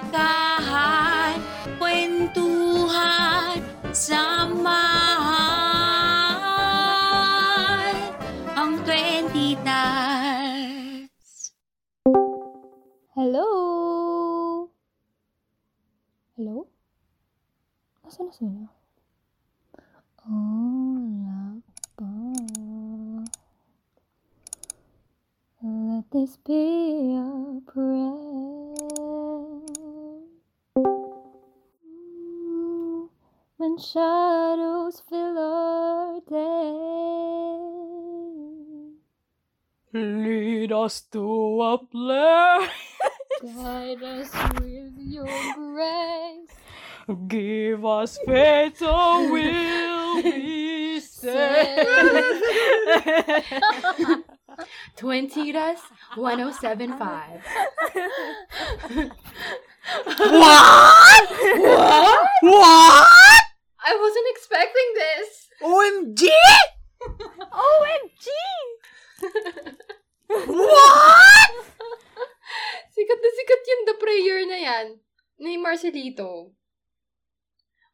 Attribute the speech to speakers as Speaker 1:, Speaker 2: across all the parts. Speaker 1: Chikahan, kwentuhan, samahan ang 20 nights.
Speaker 2: Hello? Hello? Nasaan na sila? Oh, wala pa. Let this be a prayer. Mm, When shadows fill our day.
Speaker 3: Lead us to a place.
Speaker 2: Guide us with your grace.
Speaker 3: Give us faith, so we'll be saved.
Speaker 4: 20 Tiras 1075.
Speaker 5: What? What? What?
Speaker 4: I wasn't expecting this.
Speaker 5: OMG?
Speaker 2: OMG!
Speaker 5: What?
Speaker 4: Sikat na sikat yung The Prayer na yan ni Marcelito.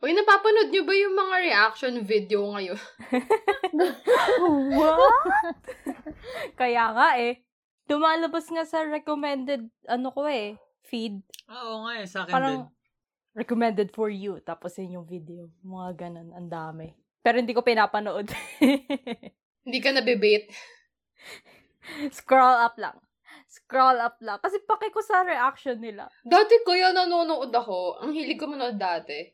Speaker 4: Uy, napapanood nyo ba yung mga reaction video ngayon?
Speaker 6: What? Kaya nga eh. Lumalabas nga sa recommended, ano ko eh, feed.
Speaker 3: Oo nga eh, sa akin din.
Speaker 6: Parang recommended for you. Tapos yun yung video. Mga ganun, ang dami. Pero hindi ko pinapanood.
Speaker 4: Hindi ka nabibate.
Speaker 6: Scroll up lang. Scroll up lang. Kasi pake ko sa reaction nila.
Speaker 4: Dati kuya nanonood ako. Ang hilig ko manood dati.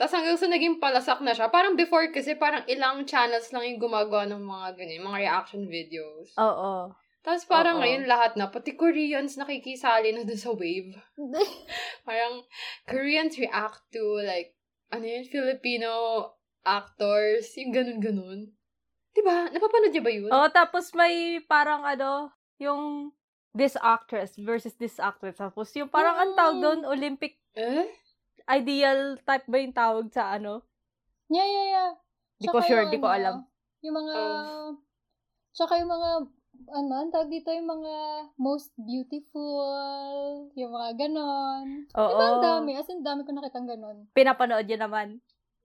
Speaker 4: Tapos hanggang sa naging palasak na siya. Parang before kasi parang ilang channels lang yung gumagawa ng mga ganyan, mga reaction videos.
Speaker 6: Oo.
Speaker 4: Tapos parang
Speaker 6: Oo.
Speaker 4: ngayon lahat na, pati Koreans nakikisali na dun sa wave. parang Koreans react to like, ano yun, Filipino actors, yung ganun-ganun. Diba? Napapanood niya ba yun?
Speaker 6: Oo, tapos may parang ano, yung this actress versus this actress. Tapos yung parang ang tawag
Speaker 3: Hmm.
Speaker 6: doon, Olympic
Speaker 4: Eh?
Speaker 6: ideal type ba yung tawag sa ano?
Speaker 2: Yeah, yeah, yeah.
Speaker 6: Di ko
Speaker 2: Tsaka
Speaker 6: sure,
Speaker 2: yung
Speaker 6: di ko
Speaker 2: ano,
Speaker 6: alam.
Speaker 2: Yung mga,
Speaker 4: Oh.
Speaker 2: tsaka yung mga, ano, ang tawag dito, yung mga most beautiful, yung mga ganon.
Speaker 6: Oo.
Speaker 2: Diba
Speaker 4: Oh.
Speaker 2: ang dami? As in, dami ko nakitang ganon.
Speaker 6: Pinapanood yun naman.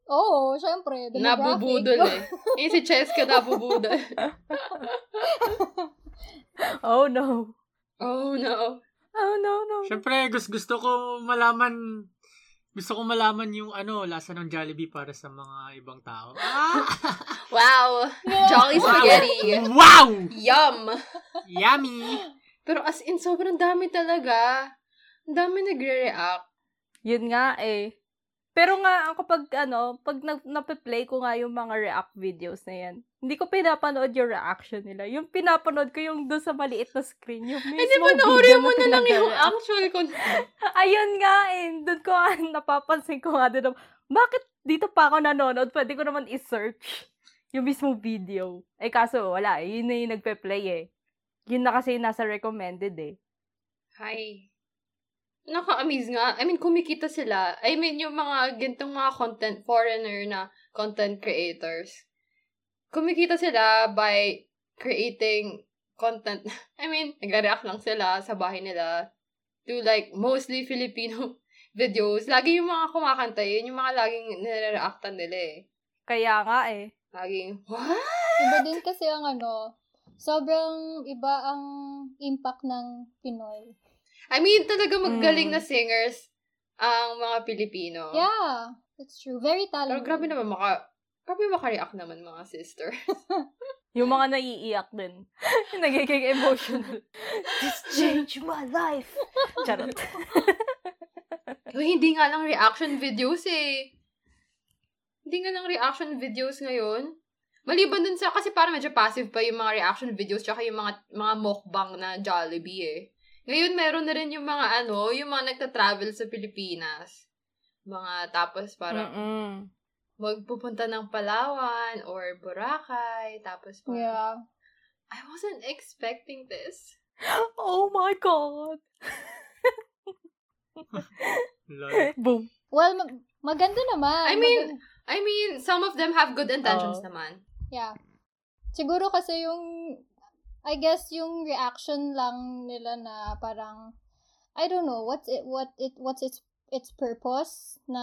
Speaker 2: Oo, syempre. demographic.
Speaker 4: Nabubudol eh. Yung si Cheska nabubudol.
Speaker 6: Oh no.
Speaker 4: oh no.
Speaker 6: Oh no, no.
Speaker 3: Siyempre, gusto, gusto ko malaman, gusto ko malaman yung ano, lasa ng Jollibee para sa mga ibang tao. Ah!
Speaker 4: Wow.
Speaker 2: Yeah.
Speaker 4: Jolly spaghetti.
Speaker 3: wow!
Speaker 4: Yum.
Speaker 3: Yummy!
Speaker 4: Pero as in, sobrang dami talaga. Ang dami nagre-react.
Speaker 6: Yun nga eh. Pero nga, ang kapag ano, pag na- nape-play ko nga yung mga react videos na yan, hindi ko pinapanood yung reaction nila. Yung pinapanood ko yung doon sa maliit na screen. Yung mismo
Speaker 4: Hindi, Eh, panoorin mo na Ah! lang yung
Speaker 6: pinag-react.
Speaker 4: actual content.
Speaker 6: Ayun nga eh. Doon ko nga, napapansin ko nga doon. Bakit dito pa ako nanonood? Pwede ko naman i-search yung mismo video. Eh kaso wala. eh. Yun na yung nagpe-play eh. Yun na kasi yung nasa recommended eh.
Speaker 4: Hi. Naka-amaze nga. I mean, kumikita sila. I mean, yung mga gantong mga content foreigner na content creators. Kumikita sila by creating content. I mean, nagre-react lang sila sa bahay nila to like mostly Filipino videos. Lagi yung mga kumakanta, yun yung mga laging nire-reactan nila eh.
Speaker 6: Kaya nga eh.
Speaker 4: Laging, what?
Speaker 2: Iba din kasi ang ano, sobrang iba ang impact ng Pinoy.
Speaker 4: I mean, talaga magaling
Speaker 6: Mm.
Speaker 4: na singers ang mga Pilipino.
Speaker 2: Yeah, that's true.
Speaker 4: Oh.
Speaker 2: Very
Speaker 4: Pero
Speaker 2: talented.
Speaker 4: grabe naman maka... Grabe makareact naman mga sister.
Speaker 6: Yung mga naiiyak din. Nagiging emotional. This changed my life. Charot.
Speaker 4: Uy, hindi nga lang reaction videos eh. Hindi nga lang reaction videos ngayon. Maliban dun sa, kasi parang medyo passive pa yung mga reaction videos tsaka yung mga, mga mukbang na Jollibee eh. Ngayon, meron na rin yung mga ano, yung mga nagta-travel sa Pilipinas. Mga tapos
Speaker 6: Mm.
Speaker 4: parang
Speaker 6: Mm-mm.
Speaker 4: magpupunta ng Palawan or Boracay. Tapos parang,
Speaker 2: Yeah.
Speaker 4: I wasn't expecting this.
Speaker 6: Oh my God.
Speaker 3: Lord.
Speaker 6: Boom.
Speaker 2: Well, mag- maganda naman.
Speaker 4: I mean,
Speaker 2: Magan-
Speaker 4: I mean, some of them have good intentions
Speaker 6: Oo.
Speaker 4: naman.
Speaker 2: yeah. Siguro kasi yung, I guess yung reaction lang nila na parang, I don't know what's it what it what's its its purpose na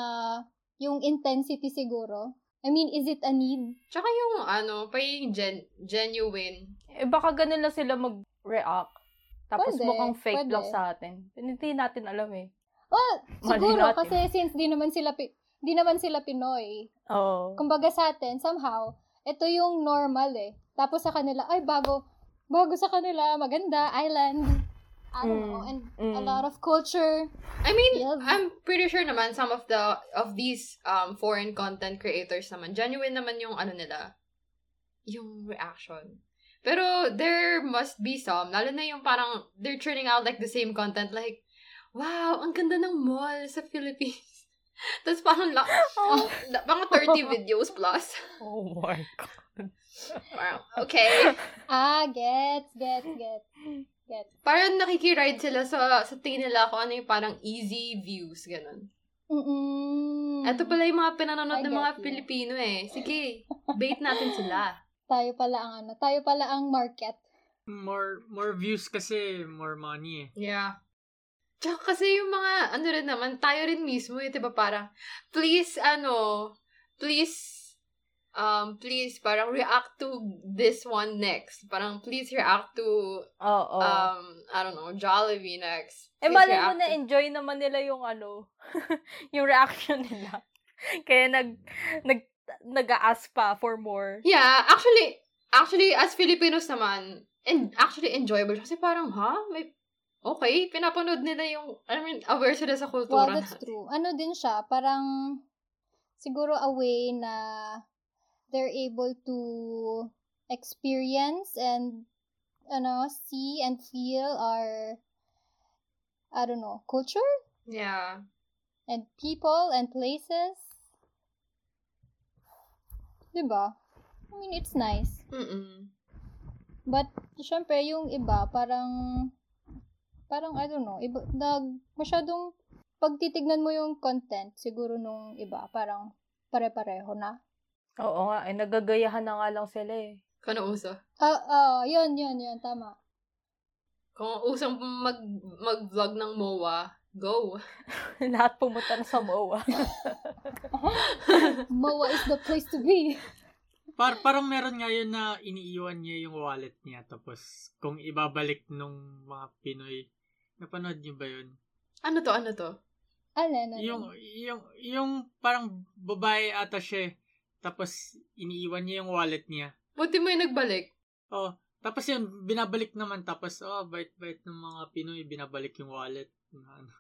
Speaker 2: yung intensity siguro. I mean, is it a need?
Speaker 4: Tsaka yung ano, pa yung gen- genuine.
Speaker 6: Eh, baka ganun lang sila mag-react. Tapos
Speaker 2: Pwede,
Speaker 6: mukhang fake
Speaker 2: pwede.
Speaker 6: lang sa atin. Hindi natin alam eh.
Speaker 2: Well,
Speaker 6: Mali
Speaker 2: siguro
Speaker 6: natin.
Speaker 2: kasi since di naman sila pi- di naman sila Pinoy.
Speaker 6: Oo.
Speaker 2: Kumbaga sa atin somehow ito yung normal eh. Tapos sa kanila ay bago bago sa kanila maganda island. I don't
Speaker 6: Mm.
Speaker 2: know and
Speaker 6: Mm.
Speaker 2: a lot of culture.
Speaker 4: I mean,
Speaker 2: Yes.
Speaker 4: I'm pretty sure naman some of the of these um foreign content creators naman genuine naman yung ano nila, yung reaction. Pero there must be some, lalo na yung parang they're churning out like the same content like wow, ang ganda ng mall sa Philippines. Tapos parang la-
Speaker 6: Oh.
Speaker 4: mga 30 videos plus.
Speaker 6: Oh my God.
Speaker 4: Parang, okay.
Speaker 2: Ah, gets, gets, gets. Gets.
Speaker 4: Parang nakikiride sila sa, sa tingin nila kung ano yung parang easy views, ganun.
Speaker 2: Mm.
Speaker 4: Ito pala yung mga pinanonood
Speaker 2: I
Speaker 4: ng mga
Speaker 2: get you.
Speaker 4: Pilipino eh. Sige, bait natin sila.
Speaker 2: tayo pala ang ano, tayo pala ang market.
Speaker 3: More more views kasi, more money eh.
Speaker 4: Yeah. Tsaka kasi yung mga, ano rin naman, tayo rin mismo eh, 'di ba parang, please, ano, please, um, please, parang react to this one next. Parang, please react to,
Speaker 6: Oo.
Speaker 4: um, I don't know, Jollibee next. Please
Speaker 6: Oh. eh, malay mo
Speaker 4: react
Speaker 6: na
Speaker 4: to-
Speaker 6: enjoy naman nila yung ano, yung reaction nila. Kaya nag, nag, nag-ask pa for more.
Speaker 4: Yeah, actually, actually, as Filipinos naman, and actually enjoyable. Kasi parang, ha? May, okay, pinapanood nila yung, I mean, aware sila sa
Speaker 2: Well,
Speaker 4: kultura.
Speaker 2: that's true. Ano din siya, parang siguro a way na they're able to experience and ano, see and feel our I don't know, culture
Speaker 4: yeah.
Speaker 2: and people and places. 'Di ba? Diba? I mean, it's nice.
Speaker 4: Mm-mm.
Speaker 2: But, syempre, yung iba, parang, parang, I don't know, iba, nag, masyadong, pag titignan mo yung content, siguro nung iba, parang, pare-pareho na.
Speaker 6: Oo nga, eh, nagagayahan na nga lang sila eh.
Speaker 4: Kano uso?
Speaker 2: Ah, ah, yun, yun, yun, tama.
Speaker 4: Kung usang mag, mag-vlog ng MOA, go.
Speaker 6: Lahat pumunta na sa MOA.
Speaker 2: MOA is the place to be.
Speaker 3: Par parang meron nga yun na iniiwan niya yung wallet niya tapos kung ibabalik nung mga Pinoy napanood niyo ba yun?
Speaker 4: Ano to, ano to?
Speaker 2: Alin, ano?
Speaker 3: Yung yung yung parang babae ata siya eh. tapos iniiwan niya yung wallet niya.
Speaker 4: Buti mo yung nagbalik.
Speaker 3: Oh, tapos yun binabalik naman tapos oh bait-bait ng mga Pinoy binabalik yung wallet. Ano.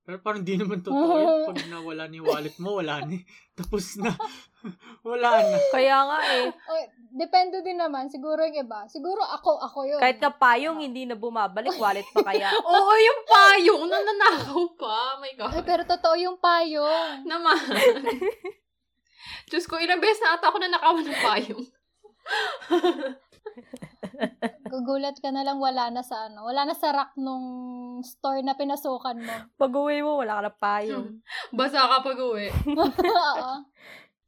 Speaker 3: Pero parang di naman totoo yun. Pag nawala ni wallet mo, wala ni. Tapos na. wala na.
Speaker 6: Kaya nga eh,
Speaker 2: Oy, depende din naman, siguro yung iba. Siguro ako, ako yun.
Speaker 6: kahit nga payong hindi na bumabalik, wallet pa kaya.
Speaker 4: Oo, yung payong, nananakaw pa. Oh My
Speaker 2: Ay,
Speaker 4: God.
Speaker 2: pero totoo yung payong.
Speaker 4: Naman. Diyos ko, ilang beses na ata ako nanakawan ng payong.
Speaker 2: Gugulat ka na lang, wala na sa ano, wala na sa rack nung store na pinasukan mo.
Speaker 6: Pag uwi mo, wala ka na payong.
Speaker 4: Hmm. Basa ka pag uwi.
Speaker 2: Oo.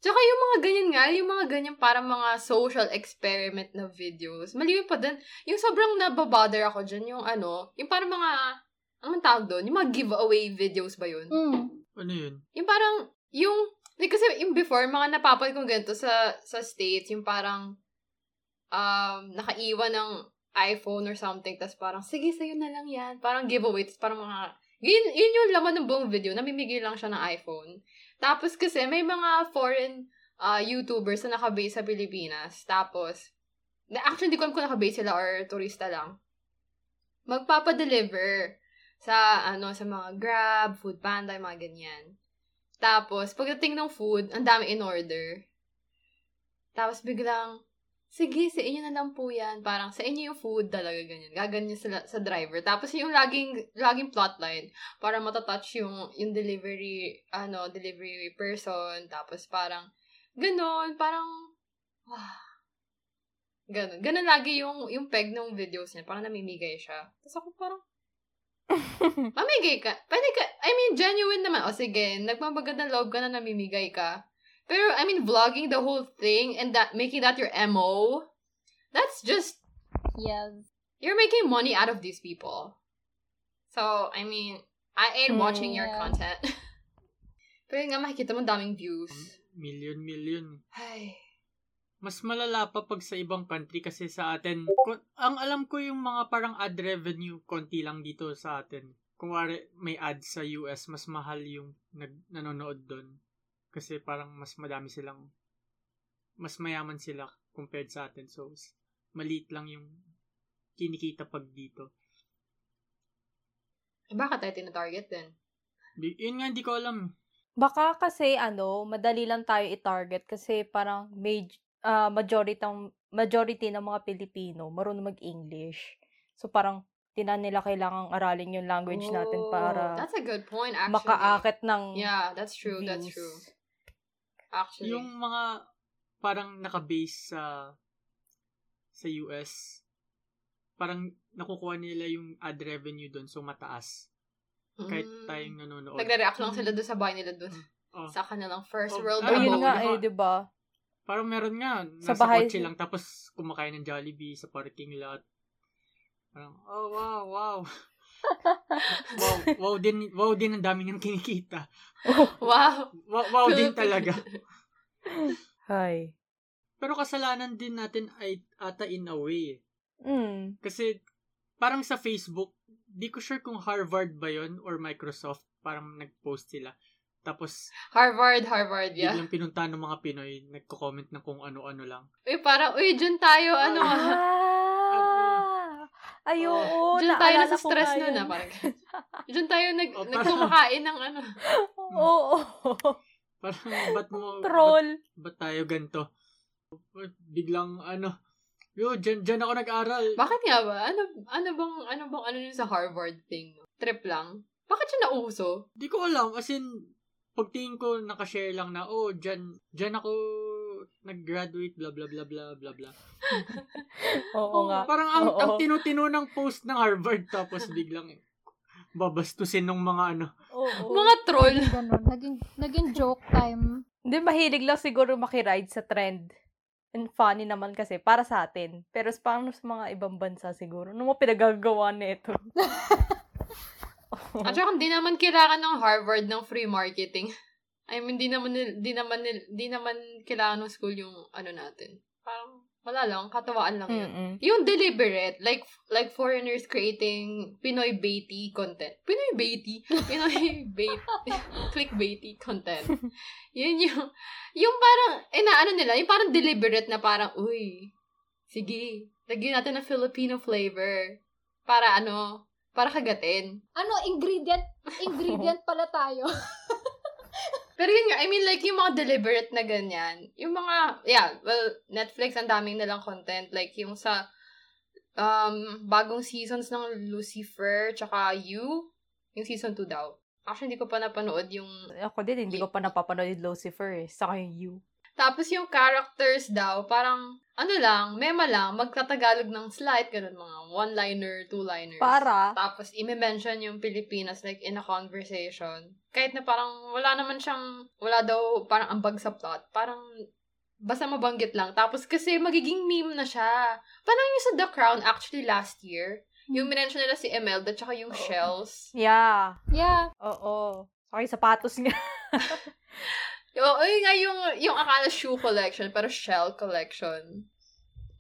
Speaker 4: Tsaka yung mga ganyan nga, yung mga ganyan parang mga social experiment na videos. Maliwi pa din. Yung sobrang nababother ako dyan, yung ano, yung parang mga, ano man tawag doon? Yung mga giveaway videos ba yun?
Speaker 2: Mm.
Speaker 3: Ano yun?
Speaker 4: Yung parang, yung, like, kasi yung before, mga napapan kong ganito sa, sa States, yung parang, um, nakaiwan ng iPhone or something, tas parang, sige, sa'yo na lang yan. Parang giveaway, tas parang mga, yun, yun yung laman ng buong video, namimigay lang siya ng iPhone. Tapos kasi, may mga foreign ah, YouTubers na nakabase sa Pilipinas. Tapos, na actually, hindi ko alam kung nakabase sila or turista lang. Magpapadeliver sa, ano, sa mga Grab, Foodpanda, yung mga ganyan. Tapos, pagdating ng food, ang dami in order. Tapos biglang, sige, sa inyo na lang po yan. Parang, sa inyo yung food talaga, ganyan. Gaganyan sila sa driver. Tapos, yung laging, laging plotline, para matatouch yung, yung delivery, ano, delivery person. Tapos, parang, ganon, parang, wah. Ganon. Ganon lagi yung, yung peg ng videos niya. Parang namimigay siya. Tapos ako parang, Mamigay ka. Pwede ka. I mean, genuine naman. O sige, nagmamagandang loob ka na namimigay ka. Pero, I mean, vlogging the whole thing and that making that your MO, that's just,
Speaker 2: Yes.
Speaker 4: you're making money out of these people. So, I mean, I ain't watching your
Speaker 2: Yeah.
Speaker 4: content. Pero yun nga, makikita mo daming views.
Speaker 3: Million, million.
Speaker 4: Ay.
Speaker 3: mas malala pa pag sa ibang country kasi sa atin, kun- ang alam ko yung mga parang ad revenue, konti lang dito sa atin. Kung may ad sa US, mas mahal yung nag, nanonood doon. Kasi parang mas madami silang, mas mayaman sila compared sa atin. So, s- maliit lang yung kinikita pag dito.
Speaker 4: Eh, Baka tayo tinatarget din.
Speaker 3: Di- Yun nga, hindi ko alam.
Speaker 6: Baka kasi ano, madali lang tayo i-target kasi parang maj- ah, majority ng majority ng mga Pilipino marunong mag-English. So parang tinan nila kailangang aralin yung language natin
Speaker 4: Oh,
Speaker 6: para
Speaker 4: That's a good point, actually.
Speaker 6: makaakit ng
Speaker 4: Yeah, that's true, that's
Speaker 6: views.
Speaker 4: true. Actually.
Speaker 3: Yung mga parang nakabase sa sa US, parang nakukuha nila yung ad revenue doon so mataas kahit
Speaker 6: Hmm.
Speaker 3: oh,
Speaker 4: Mm.
Speaker 3: tayong nanonood.
Speaker 4: Nagre-react lang sila doon sa bahay nila doon.
Speaker 3: Oh.
Speaker 4: Sa kanilang first
Speaker 3: Oh,
Speaker 4: world
Speaker 6: O
Speaker 3: ah,
Speaker 4: abode.
Speaker 6: yun nga
Speaker 3: Diba?
Speaker 6: eh, 'di ba?
Speaker 3: Parang meron nga,
Speaker 6: Sa
Speaker 3: nasa
Speaker 6: bahay-
Speaker 3: kotse lang tapos kumakain ng Jollibee sa parking lot. Parang, oh wow, wow. wow, wow din, wow din ang dami niyang kinikita.
Speaker 4: Wow.
Speaker 3: Wow, wow din talaga.
Speaker 6: Hay.
Speaker 3: Pero kasalanan din natin ay ata in a way. eh.
Speaker 6: Mm.
Speaker 3: Kasi parang sa Facebook, di ko sure kung Harvard ba yon or Microsoft, parang nag-post sila. Tapos,
Speaker 4: Harvard, Harvard, yeah.
Speaker 3: biglang pinunta ng mga Pinoy, nagko-comment ng kung ano-ano lang.
Speaker 6: Mm-hmm.
Speaker 4: Uy, parang, uy, dyan tayo, ano ka.
Speaker 6: Ah! Ay,
Speaker 3: Oo.
Speaker 6: oo.
Speaker 4: dyan tayo
Speaker 6: naalala
Speaker 4: nasa
Speaker 6: ko
Speaker 4: stress
Speaker 6: nga
Speaker 4: nun,
Speaker 6: yun.
Speaker 4: na parang. dyan tayo nag,
Speaker 3: Oh, parang-
Speaker 4: nagkumakain ng ano.
Speaker 6: Oo.
Speaker 3: Parang, ba't mo,
Speaker 6: Troll.
Speaker 3: ba't tayo ganito? Biglang, ano, yo, dyan, dyan ako nag-aral.
Speaker 4: Bakit nga ba? Ano, ano bang, ano bang, ano yun sa Harvard thing? Trip lang? Bakit siya nauso?
Speaker 3: Di ko alam, as in, pagtingin ko, nakashare lang na, oh, dyan, dyan ako nag-graduate, bla bla bla bla bla bla.
Speaker 6: Oo nga.
Speaker 3: Parang ang,
Speaker 6: Oo.
Speaker 3: ang tinutino ng post ng Harvard, tapos biglang, babastusin ng mga ano.
Speaker 6: Oo.
Speaker 4: Mga troll.
Speaker 2: Ganun. Naging, naging joke time.
Speaker 6: Hindi, mahilig lang siguro makiride sa trend. And funny naman kasi, para sa atin. Pero sa- parang sa mga ibang bansa siguro. Ano mo pinagagawa nito?
Speaker 4: At saka hindi naman kailangan ng Harvard ng free marketing. I mean, di naman, nil- di naman, nil- di naman kailangan ng school yung ano natin. Parang, wala lang, katawaan lang yun.
Speaker 6: Mm-mm.
Speaker 4: Yung deliberate, like like foreigners creating Pinoy baity content. Pinoy baity, Pinoy bait, click baity content. Yun yung, yung parang, inaano nila, yung parang deliberate na parang, uy, sige, lagyan natin ng Filipino flavor. Para ano, para kagatin.
Speaker 2: Ano, ingredient? Ingredient pala tayo.
Speaker 4: Pero yun nga, I mean, like, yung mga deliberate na ganyan, yung mga, yeah, well, Netflix, ang daming nilang content. Like, yung sa um, bagong seasons ng Lucifer, tsaka You, yung season 2 daw. Actually, hindi ko pa napanood yung...
Speaker 6: Ako din, hindi ko pa napapanood yung Lucifer eh. Saka yung you.
Speaker 4: Tapos yung characters daw, parang, ano lang, mema lang, magtatagalog ng slight, ganun mga one-liner, two-liners.
Speaker 6: Para.
Speaker 4: Tapos, ime-mention yung Pilipinas, like, in a conversation. Kahit na parang, wala naman siyang, wala daw, parang ambag sa plot. Parang, basta mabanggit lang. Tapos, kasi magiging meme na siya. Parang yung sa The Crown, actually, last year. Yung minention nila si Imelda, tsaka yung shells.
Speaker 6: Yeah.
Speaker 2: Yeah.
Speaker 6: Oo. Saka yung sapatos nga.
Speaker 4: Oo, oh, nga yung, yung akala shoe collection, pero shell collection.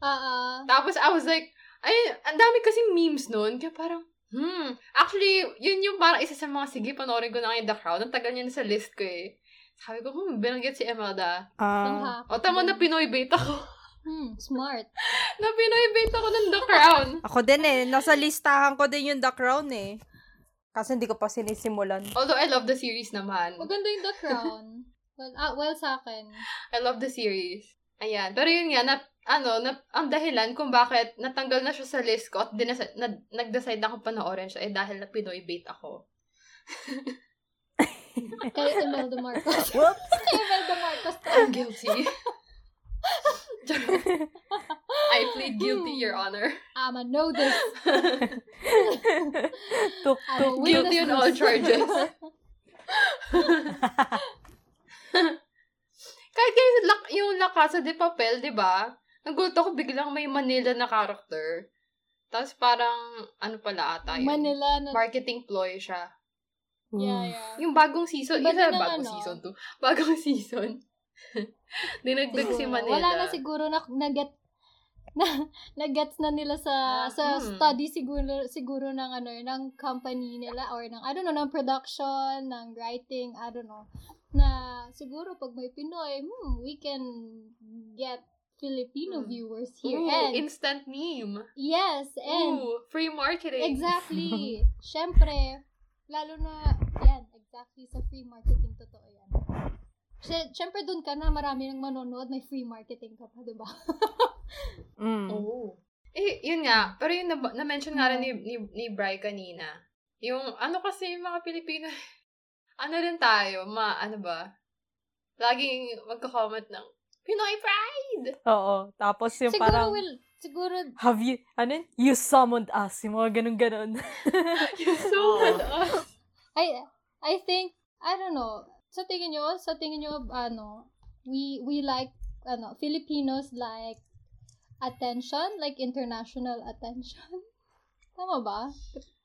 Speaker 2: Ah, ah.
Speaker 4: Tapos, I was like, ay, ang dami kasing memes noon. Kaya parang, hmm. Actually, yun yung parang isa sa mga, sige, panoorin ko na kayo The Crown. Ang tagal niya na sa list ko eh. Sabi ko, hmm, binanggit si Imelda.
Speaker 2: Ang
Speaker 6: Ah.
Speaker 2: happy.
Speaker 4: O, tama na Pinoy bait ako.
Speaker 2: Hmm, smart.
Speaker 4: na Pinoy bait ako ng The Crown.
Speaker 6: ako din eh. Nasa listahan ko din yung The Crown eh. Kasi hindi ko pa sinisimulan.
Speaker 4: Although, I love the series naman.
Speaker 2: Maganda yung The Crown. well, ah, well sa akin.
Speaker 4: I love the series. Ayan. Pero yun nga, na, ano, na, ang dahilan kung bakit natanggal na siya sa list ko at dinas- na, nag-decide na akong panoorin siya eh dahil na Pinoy bait ako.
Speaker 2: Kay Imelda Marcos.
Speaker 6: Whoops!
Speaker 2: Kay Imelda Marcos.
Speaker 4: I'm guilty. I plead guilty, Your Honor.
Speaker 2: Ama, know this. Ama,
Speaker 6: Tuk-tuk.
Speaker 2: witness
Speaker 4: Guilty on all
Speaker 2: this.
Speaker 4: charges. Kahit kayo, yung La- yung La Casa de Papel, di ba? Nagulat ako biglang may Manila na character. Tapos parang, ano pala ata yun?
Speaker 2: Manila na
Speaker 4: Marketing ploy siya.
Speaker 2: Yeah, yeah.
Speaker 4: Yung bagong season,
Speaker 2: Iba
Speaker 4: isa
Speaker 2: din ang
Speaker 4: bagong
Speaker 2: ano.
Speaker 4: season to. Bagong season. Dinagdag si
Speaker 2: Siguro.
Speaker 4: Manila.
Speaker 2: Wala na siguro na nagat na nagets na nila sa
Speaker 4: Ah,
Speaker 2: sa
Speaker 4: hmm.
Speaker 2: study siguro siguro ng ano ng company nila or ng I don't know ng production ng writing I don't know na siguro pag may Pinoy hmm, we can get Filipino
Speaker 4: Hmm.
Speaker 2: viewers here
Speaker 4: Ooh,
Speaker 2: and
Speaker 4: instant meme.
Speaker 2: yes and
Speaker 4: Ooh, free marketing.
Speaker 2: exactly syempre lalo na yan exactly sa free marketing totoo yan Sy- Syempre dun ka na marami nang manonood may free marketing ka pa 'di ba
Speaker 6: Mm.
Speaker 4: Oh. Eh, yun nga. Pero yung nab- na-mention nga rin ni,
Speaker 2: Hmm.
Speaker 4: ni, ni Bri kanina. Yung, ano kasi yung mga Pilipino, ano rin tayo, ma, ano ba? Laging magko-comment ng, Pinoy pride!
Speaker 6: Oo. Tapos yung
Speaker 2: siguro
Speaker 6: parang,
Speaker 2: will siguro
Speaker 6: have you, ano yun? You summoned us. Yung mga ganun-ganun.
Speaker 4: You're so
Speaker 3: Oo.
Speaker 4: good us.
Speaker 2: I I think I don't know. Sa tingin nyo, sa tingin nyo ano, we we like ano, Filipinos like attention, like international attention. Tama ba?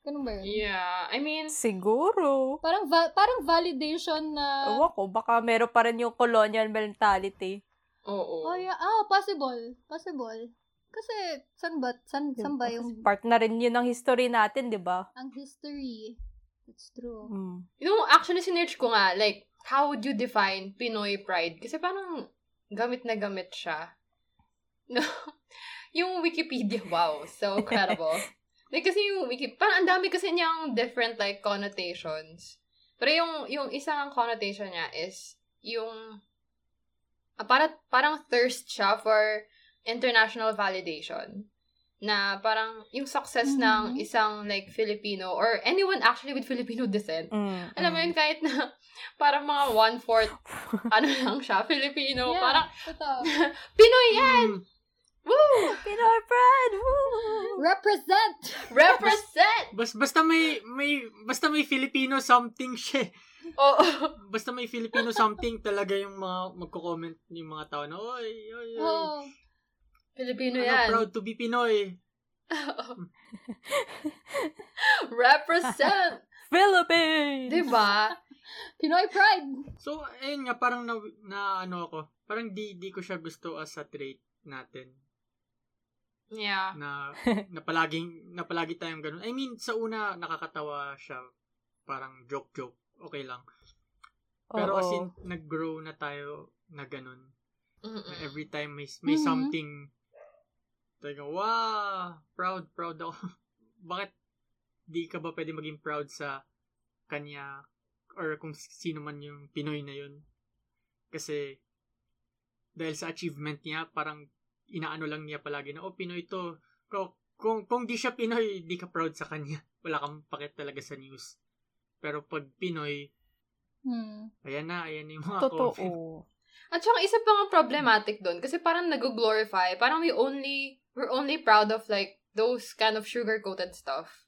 Speaker 2: Ganun ba yun?
Speaker 4: Yeah, I mean,
Speaker 6: Siguro.
Speaker 2: Parang va- parang validation na
Speaker 6: Ewan ko, baka meron pa rin yung colonial mentality.
Speaker 4: oo.
Speaker 2: Oh, yeah. Ah, possible. Possible. Kasi san ba san, san ba yung
Speaker 6: Diba? Part na rin yun ng history natin, di ba?
Speaker 2: ang history? It's true.
Speaker 6: Mm.
Speaker 4: You know, actually, sinerch ko nga, like, how would you define Pinoy pride? Kasi parang gamit na gamit siya. No? yung Wikipedia, wow, so incredible. like, kasi yung Wikipedia, parang ang dami kasi niyang different, like, connotations. Pero yung, yung isang connotation niya is yung, ah, para, parang thirst siya for international validation na parang yung success ng
Speaker 2: Mhm.
Speaker 4: isang like Filipino or anyone actually with Filipino descent
Speaker 6: Mm.
Speaker 4: alam mo
Speaker 6: mm.
Speaker 4: yun, kahit na parang mga one-fourth, ano lang siya, Filipino,
Speaker 2: yeah,
Speaker 4: parang,
Speaker 2: totoo.
Speaker 4: Pinoy yan!
Speaker 3: Mm.
Speaker 4: Woo!
Speaker 6: Pinoy pride! Woo!
Speaker 2: Represent!
Speaker 4: Represent!
Speaker 3: Hmm, Bas, basta may, may, basta may Filipino something siya. eh.
Speaker 4: Oo.
Speaker 3: Basta may Filipino something talaga yung mga magko-comment yung mga tao na, oy, oy, oy.
Speaker 2: Oh.
Speaker 4: Filipino
Speaker 3: ano,
Speaker 4: yan.
Speaker 3: proud to be Pinoy.
Speaker 4: Represent!
Speaker 6: Philippines!
Speaker 4: diba?
Speaker 2: Pinoy pride!
Speaker 3: So, ayun nga, parang na, na ano ako, parang di, di ko siya gusto as a trait natin
Speaker 4: Yeah.
Speaker 3: na, na palaging, na palagi tayong ganun. I mean, sa una, nakakatawa siya, parang joke-joke, okay lang.
Speaker 6: Oo.
Speaker 3: Pero as in, nag-grow na tayo na ganun. Na
Speaker 4: Mm-mm.
Speaker 3: Every time may,
Speaker 6: Mm-hmm.
Speaker 3: may
Speaker 2: Mhm.
Speaker 3: something, tayo, wow, proud, proud ako. Bakit di ka ba pwede maging proud sa kanya or kung sino man yung Pinoy na yun? Kasi dahil sa achievement niya, parang inaano lang niya palagi na, oh, Pinoy to. Kung, kung, kung di siya Pinoy, di ka proud sa kanya. Wala kang paket talaga sa news. Pero pag Pinoy,
Speaker 2: Hmm.
Speaker 3: ayan na, ayan na yung mga comment.
Speaker 6: Totoo.
Speaker 4: At saka isa pa nga problematic doon kasi parang nag-glorify, parang we only, we're only proud of like those kind of sugar-coated stuff.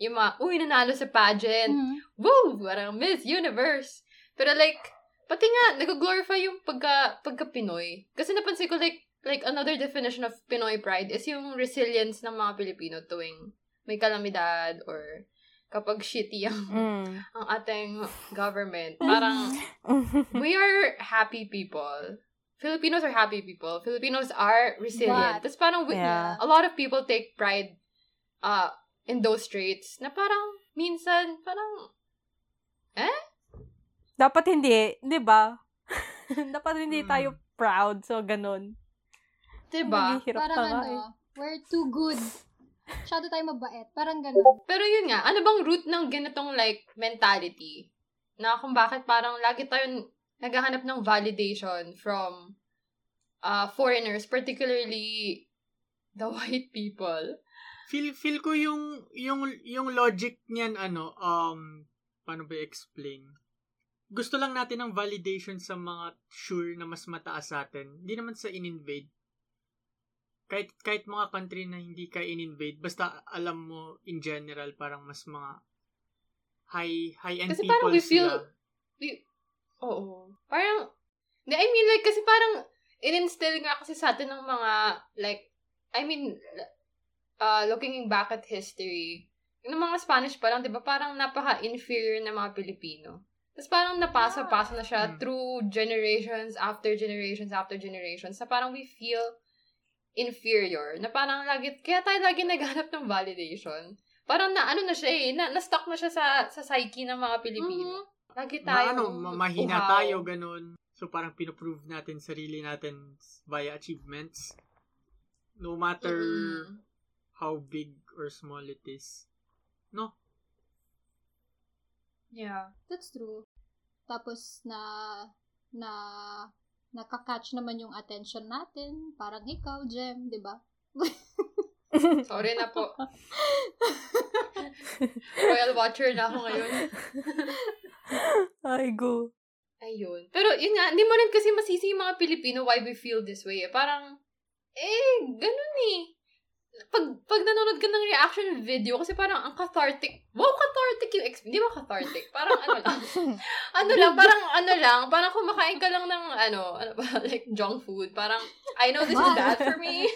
Speaker 4: Yung mga, uy, nanalo sa pageant,
Speaker 2: Mhm.
Speaker 4: woo, parang Miss Universe. Pero like, pati nga, nag-glorify yung pagka, pagka Pinoy. Kasi napansin ko like, like another definition of Pinoy pride is yung resilience ng mga Pilipino tuwing may kalamidad or kapag shitty ang,
Speaker 6: Mm.
Speaker 4: ang ating government. Parang, we are happy people. Filipinos are happy people. Filipinos are resilient.
Speaker 2: But-
Speaker 4: Tapos parang we,
Speaker 6: Yeah.
Speaker 4: a lot of people take pride uh, in those traits na parang minsan, parang
Speaker 6: Dapat hindi, di ba? Dapat hindi
Speaker 3: Mm.
Speaker 6: tayo proud. So, ganun.
Speaker 4: Diba?
Speaker 6: Naghihirap
Speaker 2: Parang
Speaker 6: pa nga
Speaker 2: ano,
Speaker 6: eh.
Speaker 2: we're too good. Masyado tayo mabait. Parang ganun.
Speaker 4: Pero yun nga, ano bang root ng ganitong like mentality? Na kung bakit parang lagi tayo naghahanap ng validation from uh, foreigners, particularly the white people.
Speaker 3: Feel, feel ko yung, yung, yung logic niyan, ano, um, paano ba i-explain? Gusto lang natin ng validation sa mga sure na mas mataas sa atin. Hindi naman sa in-invade. Kahit, kahit mga country na hindi ka in-invade, basta alam mo, in general, parang mas mga high, high-end
Speaker 4: Kasi
Speaker 3: people
Speaker 4: parang we feel-
Speaker 3: sila.
Speaker 4: We- Oo. Parang, Hindi, I mean like, kasi parang in-instill nga kasi sa atin ng mga like, I mean, uh, looking back at history, yung mga Spanish pa lang, di ba, parang napaka-inferior na mga Pilipino. Tapos parang napasa-pasa na siya
Speaker 3: Mm.
Speaker 4: through generations after generations after generations na parang we feel inferior. Na parang lagi, kaya tayo lagi naghanap ng validation. Parang na ano na siya eh, na, na-stuck na siya sa, sa psyche ng mga Pilipino. Lagi tayo.
Speaker 3: Ma- ano, ma- mahina
Speaker 4: uhaw.
Speaker 3: tayo, ganun. So, parang pinoprove natin sarili natin s- via achievements. No matter
Speaker 4: Mm-mm.
Speaker 3: how big or small it is.
Speaker 4: Yeah.
Speaker 2: That's true. Tapos na na nakakatch naman yung attention natin. Parang ikaw, Jem, di ba?
Speaker 4: Sorry na po. Royal watcher na ako ngayon.
Speaker 6: Ay, go.
Speaker 4: Ayun. Pero yun nga, hindi mo rin kasi masisi yung mga Pilipino why we feel this way. eh. Parang, eh, ganun eh. Pag, pag nanonood ka ng reaction video, kasi parang ang cathartic. Wow, cathartic yung experience. Hindi ba cathartic? Parang ano lang. ano lang, parang ano lang. Parang kumakain ka lang ng ano, ano ba, like junk food. Parang, I know this is bad for me.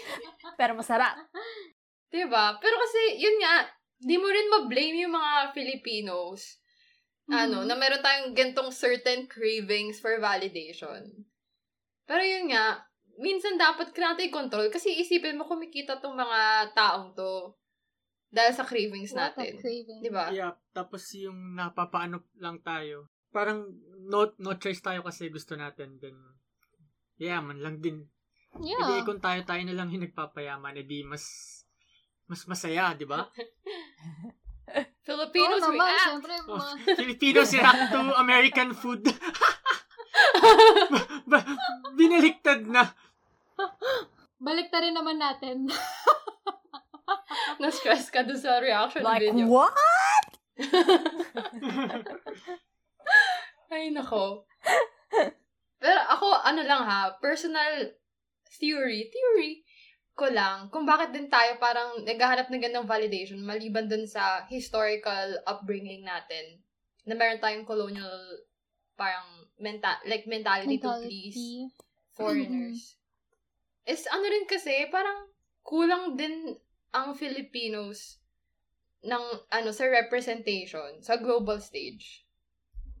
Speaker 6: Pero masarap.
Speaker 3: Ano
Speaker 4: Diba? Pero kasi, yun nga, di mo rin ma-blame yung mga Filipinos. Ano,
Speaker 2: Mhm.
Speaker 4: na meron tayong gantong certain cravings for validation. Pero yun nga, minsan dapat ka natin i-control kasi isipin mo kumikita tong mga taong to dahil sa cravings
Speaker 2: What a
Speaker 4: natin. Diba?
Speaker 2: craving.
Speaker 4: Di ba?
Speaker 3: Yeah, tapos yung napapaano lang tayo. Parang no, no choice tayo kasi gusto natin. Then, yaman lang din. Hindi,
Speaker 2: Yeah.
Speaker 3: kung tayo tayo na lang yung nagpapayaman, edi mas mas masaya, di ba?
Speaker 4: Filipinos
Speaker 2: Oo naman,
Speaker 4: react!
Speaker 2: syempre,
Speaker 3: Oh,
Speaker 2: mga-
Speaker 3: Filipinos react to American food. Ba- ba- binaliktad na.
Speaker 2: balik na rin naman natin.
Speaker 4: Na-stress ka dun sa reaction
Speaker 6: Like,
Speaker 4: video.
Speaker 6: what?
Speaker 4: Ay, nako. Pero ako, ano lang ha, personal theory, theory ko lang kung bakit din tayo parang naghahanap ng gandang validation maliban dun sa historical upbringing natin na meron tayong colonial parang menta- like mentality, to please
Speaker 2: Mentality.
Speaker 4: foreigners. Is ano rin kasi, parang kulang din ang Filipinos ng ano sa representation sa global stage.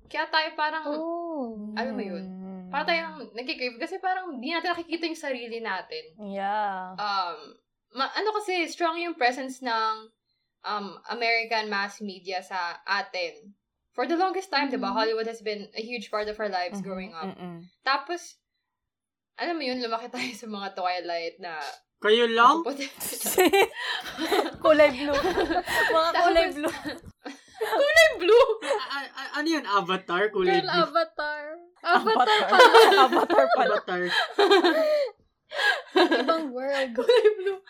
Speaker 4: Kaya tayo parang,
Speaker 2: Oh.
Speaker 3: Ano
Speaker 4: alam mo yun,
Speaker 6: Mm.
Speaker 4: parang tayong nagkikrave kasi parang di natin nakikita yung sarili natin.
Speaker 6: Yeah.
Speaker 4: Um, ma- ano kasi, strong yung presence ng um, American mass media sa atin. For the longest time, di ba,
Speaker 2: Mhm.
Speaker 4: Hollywood has been a huge part of our lives
Speaker 6: Mm-hmm.
Speaker 4: growing up. Tapos, alam mo yun, lumaki tayo sa mga Twilight na...
Speaker 3: Kayo lang?
Speaker 4: Puti-
Speaker 6: kulay blue. Mga kulay
Speaker 4: Tapos-
Speaker 6: blue.
Speaker 4: Blue!
Speaker 3: A- a- a- ano yun? Avatar? Kulay
Speaker 2: Girl,
Speaker 3: blue?
Speaker 2: avatar. Avatar
Speaker 6: Avatar. Avatar pala.
Speaker 3: Avatar.
Speaker 2: ibang world.
Speaker 4: Kulay blue.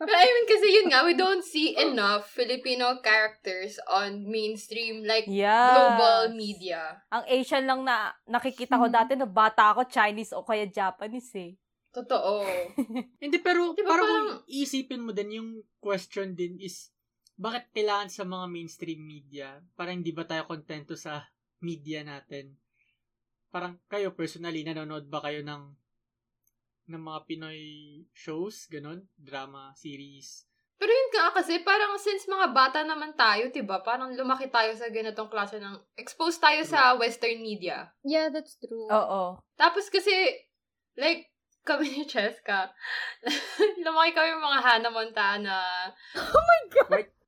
Speaker 4: But I mean, kasi yun nga, we don't see enough Filipino characters on mainstream, like,
Speaker 6: Yeah.
Speaker 4: global media.
Speaker 6: Ang Asian lang na nakikita ko
Speaker 2: Hmm.
Speaker 6: dati na bata ako, Chinese o kaya Japanese eh.
Speaker 4: Totoo.
Speaker 3: Hindi, pero
Speaker 4: Di ba
Speaker 3: parang kung
Speaker 4: parang-
Speaker 3: iisipin mo din, yung question din is, bakit kailangan sa mga mainstream media? Parang hindi ba tayo kontento sa media natin? Parang kayo, personally, nanonood ba kayo ng ng mga Pinoy shows, ganun? Drama, series?
Speaker 4: Pero yun nga kasi, parang since mga bata naman tayo, 'di ba parang lumaki tayo sa ganitong klase ng... Exposed tayo sa Western media.
Speaker 2: Yeah, that's true.
Speaker 4: Oh.
Speaker 6: Oo.
Speaker 4: Tapos kasi, like, kami ni Cheska, lumaki kami yung mga Hannah Montana,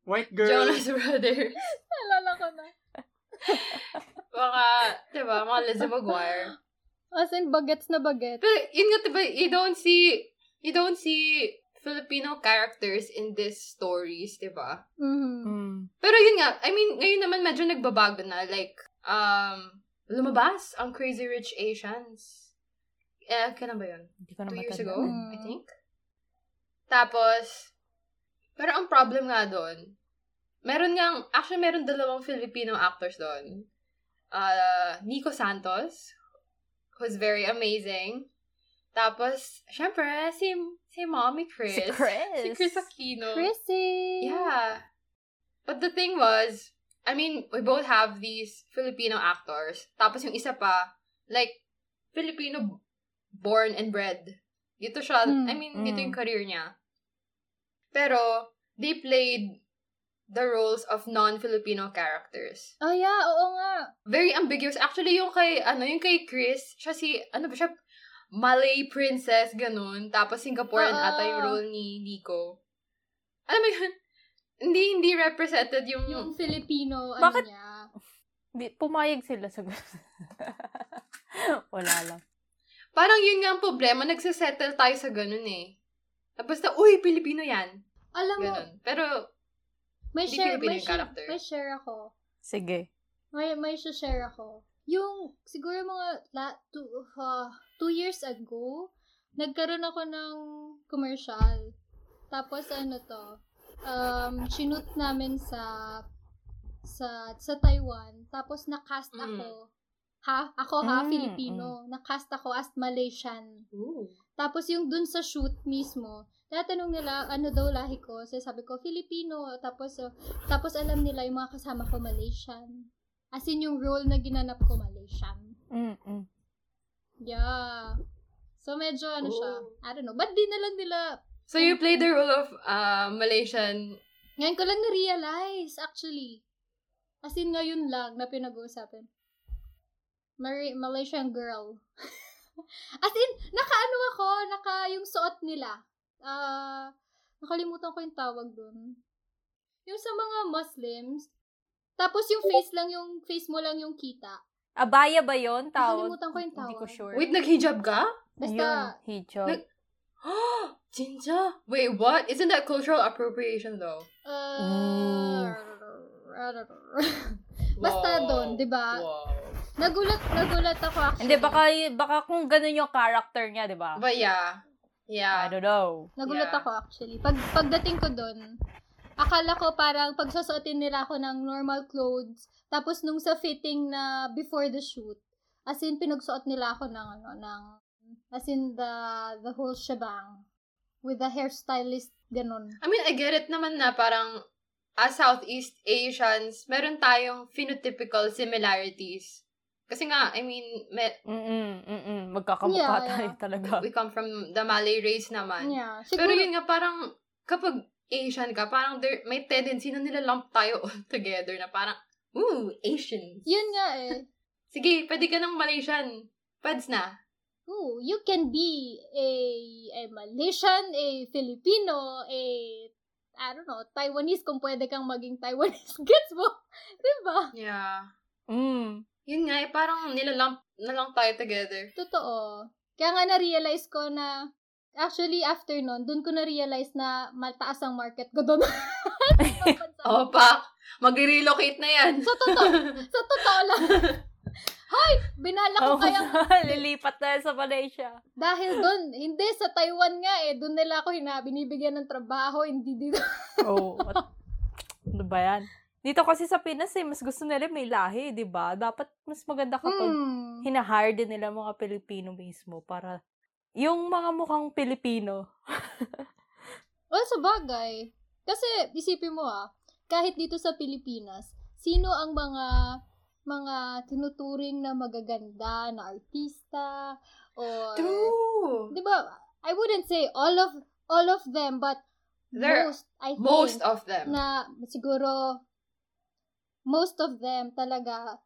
Speaker 3: White girl.
Speaker 4: Jonas Brothers,
Speaker 2: Naalala ko na.
Speaker 4: mga, di ba, diba, mga Lizzie McGuire.
Speaker 2: As in, bagets na bagets.
Speaker 4: Pero, yun nga, di ba, you don't see, you don't see Filipino characters in these stories, di ba?
Speaker 2: Mhm.
Speaker 6: Mm.
Speaker 4: Pero yun nga, I mean, ngayon naman medyo nagbabago na. Like, um, lumabas ang Crazy Rich Asians. Eh, kailan ba yun?
Speaker 6: Hindi ko na
Speaker 4: two years ago,
Speaker 6: matandaan.
Speaker 2: Mm.
Speaker 4: I think. Tapos, pero ang problem nga doon, meron nga, actually meron dalawang Filipino actors doon. Uh, Nico Santos, who's very amazing. Tapos, syempre, si, si Mommy Chris.
Speaker 6: Si Chris.
Speaker 4: Si Chris Aquino.
Speaker 2: Chrissy!
Speaker 4: Yeah. But the thing was, I mean, we both have these Filipino actors. Tapos yung isa pa, like, Filipino born and bred. Dito siya,
Speaker 2: Mm.
Speaker 4: I mean, dito
Speaker 6: Mm.
Speaker 4: yung career niya. Pero, they played the roles of non-Filipino characters.
Speaker 2: Oh yeah, oo nga.
Speaker 4: Very ambiguous. Actually, yung kay, ano, yung kay Chris, siya si, ano ba siya, Malay princess, ganun. Tapos Singaporean
Speaker 2: Oo.
Speaker 4: ata yung role ni Nico. Alam mo yun, hindi, hindi represented yung,
Speaker 2: Yung Filipino,
Speaker 6: Bakit?
Speaker 2: ano niya.
Speaker 6: Di- Pumayag sila sa gusto. Wala lang.
Speaker 4: parang yun nga ang problema, nagsasettle tayo sa ganun eh. Tapos na, uy, Pilipino yan.
Speaker 2: Alam mo,
Speaker 4: Ganun. Pero,
Speaker 2: may
Speaker 4: Hindi
Speaker 2: share,
Speaker 4: Filipino
Speaker 2: may
Speaker 4: yung
Speaker 2: share,
Speaker 4: character.
Speaker 2: may share ako.
Speaker 6: Sige.
Speaker 2: May, may share ako. Yung, siguro mga la, two, uh, two years ago, nagkaroon ako ng commercial. Tapos ano to, um, chinoot namin sa sa sa Taiwan. Tapos nakast
Speaker 4: Mm.
Speaker 2: ako. Ha? Ako ha,
Speaker 6: Mm,
Speaker 2: Filipino. Nakast ako as Malaysian. Tapos yung dun sa shoot mismo, tatanong nila ano daw lahi ko. So sabi ko Filipino. Tapos uh, tapos alam nila yung mga kasama ko Malaysian. As in yung role na ginanap ko Malaysian.
Speaker 6: Mm-mm.
Speaker 2: Yeah. So medyo ano siya,
Speaker 4: Oh.
Speaker 2: I don't know. Ba't di na lang nila,
Speaker 4: so you play the role of uh, Malaysian.
Speaker 2: ngayon ko lang na-realize actually. As in ngayon lang na pinag-uusapan. Mari- Malaysian girl. As in, nakaano ako, naka yung suot nila. Ah, nakalimutan ko yung tawag dun. Yung sa mga Muslims, tapos yung face lang yung, face mo lang yung kita.
Speaker 6: Abaya ba yon tawag?
Speaker 2: Nakalimutan ko yung
Speaker 6: Hindi ko
Speaker 2: tawag.
Speaker 6: sure.
Speaker 4: Wait, naghijab ka?
Speaker 2: Basta,
Speaker 6: Yun, hijab.
Speaker 4: Nag- Jinja? Wait, what? Isn't that cultural appropriation though?
Speaker 2: Uh, Basta
Speaker 4: Wow.
Speaker 2: doon, di ba?
Speaker 4: Wow.
Speaker 2: Nagulat, nagulat ako actually.
Speaker 6: Hindi, baka, baka kung ganun yung character niya, di ba?
Speaker 4: But yeah.
Speaker 6: I
Speaker 4: Yeah.
Speaker 6: don't know.
Speaker 2: Nagulat
Speaker 4: Yeah.
Speaker 2: ako actually. Pag, pagdating ko doon, akala ko parang pagsusuotin nila ako ng normal clothes. Tapos nung sa fitting na before the shoot, as in pinagsuot nila ako ng ano, ng, as in the, the whole shebang. With the hairstylist, ganun.
Speaker 4: I mean, I get it naman na parang as Southeast Asians, meron tayong phenotypical similarities. Kasi nga, I mean, me-
Speaker 6: Mm-mm, mm-mm. Magkakamukha
Speaker 2: Yeah,
Speaker 6: tayo talaga.
Speaker 4: we come from the Malay race naman.
Speaker 2: Yeah.
Speaker 4: Pero
Speaker 2: Siguro,
Speaker 4: yun nga, parang kapag Asian ka, parang there, may tendency na nilalump tayo all together na parang, ooh, Asian.
Speaker 2: yun nga eh.
Speaker 4: Sige, pwede ka ng Malaysian. Pads na.
Speaker 2: Ooh, you can be a, a Malaysian, a Filipino, a, I don't know, Taiwanese kung pwede kang maging Taiwanese. Gets mo? Diba?
Speaker 4: Yeah.
Speaker 6: Mm.
Speaker 4: Yun nga, eh, parang nilalump na lang tayo together.
Speaker 2: Totoo. Kaya nga na-realize ko na, actually after nun, dun ko na-realize na mataas ang market ko doon.
Speaker 4: Opa, mag-relocate na yan.
Speaker 2: Sa totoo, sa totoo lang. Hoy, binala
Speaker 6: Oh,
Speaker 2: ko kaya
Speaker 6: lilipat tayo sa Malaysia.
Speaker 2: dahil doon, hindi sa Taiwan nga eh, doon nila ako hina, binibigyan ng trabaho, hindi dito.
Speaker 6: Oo. Oh, ano ba yan? Dito kasi sa Pinas eh, mas gusto nila may lahi, di ba? Dapat mas maganda kapag
Speaker 2: Hmm.
Speaker 6: hinahire din nila mga Pilipino mismo para yung mga mukhang Pilipino.
Speaker 2: Well, sa bagay. Kasi, isipin mo ah, kahit dito sa Pilipinas, sino ang mga mga tinuturing na magaganda na artista or
Speaker 4: True.
Speaker 2: 'di ba? I wouldn't say all of all of them but
Speaker 4: There-
Speaker 2: most I think
Speaker 4: Most of them.
Speaker 2: na siguro most of them talaga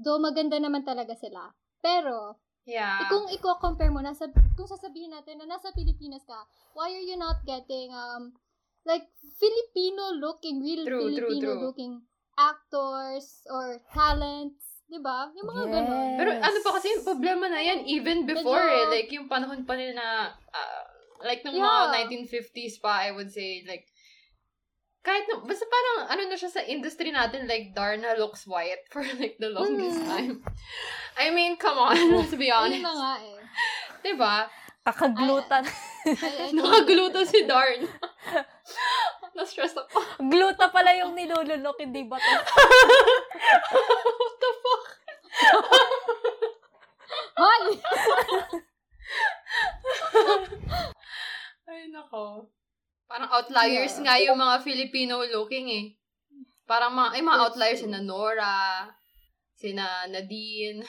Speaker 2: do maganda naman talaga sila. Pero
Speaker 4: Yeah.
Speaker 2: eh, kung i-compare mo, nasa, kung sasabihin natin na nasa Pilipinas ka, why are you not getting, um, like, Filipino-looking, real
Speaker 4: True, true,
Speaker 2: Filipino-looking actors or talents, di ba? Yung mga ganon.
Speaker 4: Pero ano pa kasi yung problema na yan, even before
Speaker 2: Medyo-
Speaker 4: eh, like yung panahon pa nila na, ah, like ng
Speaker 2: Yeah.
Speaker 4: mga 1950s pa, I would say, like, kahit na, basta parang ano na siya sa industry natin, like Darna looks white for like the longest
Speaker 2: Mm.
Speaker 4: time. I mean, come on, to be honest.
Speaker 2: Yun na nga eh.
Speaker 4: Diba?
Speaker 6: Kakaglutan.
Speaker 2: I, I think-
Speaker 4: Nakagluto si Darna. Na-stress ako.
Speaker 6: Gluta pala yung nilulunok, hindi ba? to?
Speaker 4: What the fuck?
Speaker 2: Hoy!
Speaker 4: Ay, nako. Parang outliers
Speaker 2: Yeah.
Speaker 4: nga yung mga Filipino-looking eh. Parang mga, ay, mga outliers, sina Nora, sina Nadine.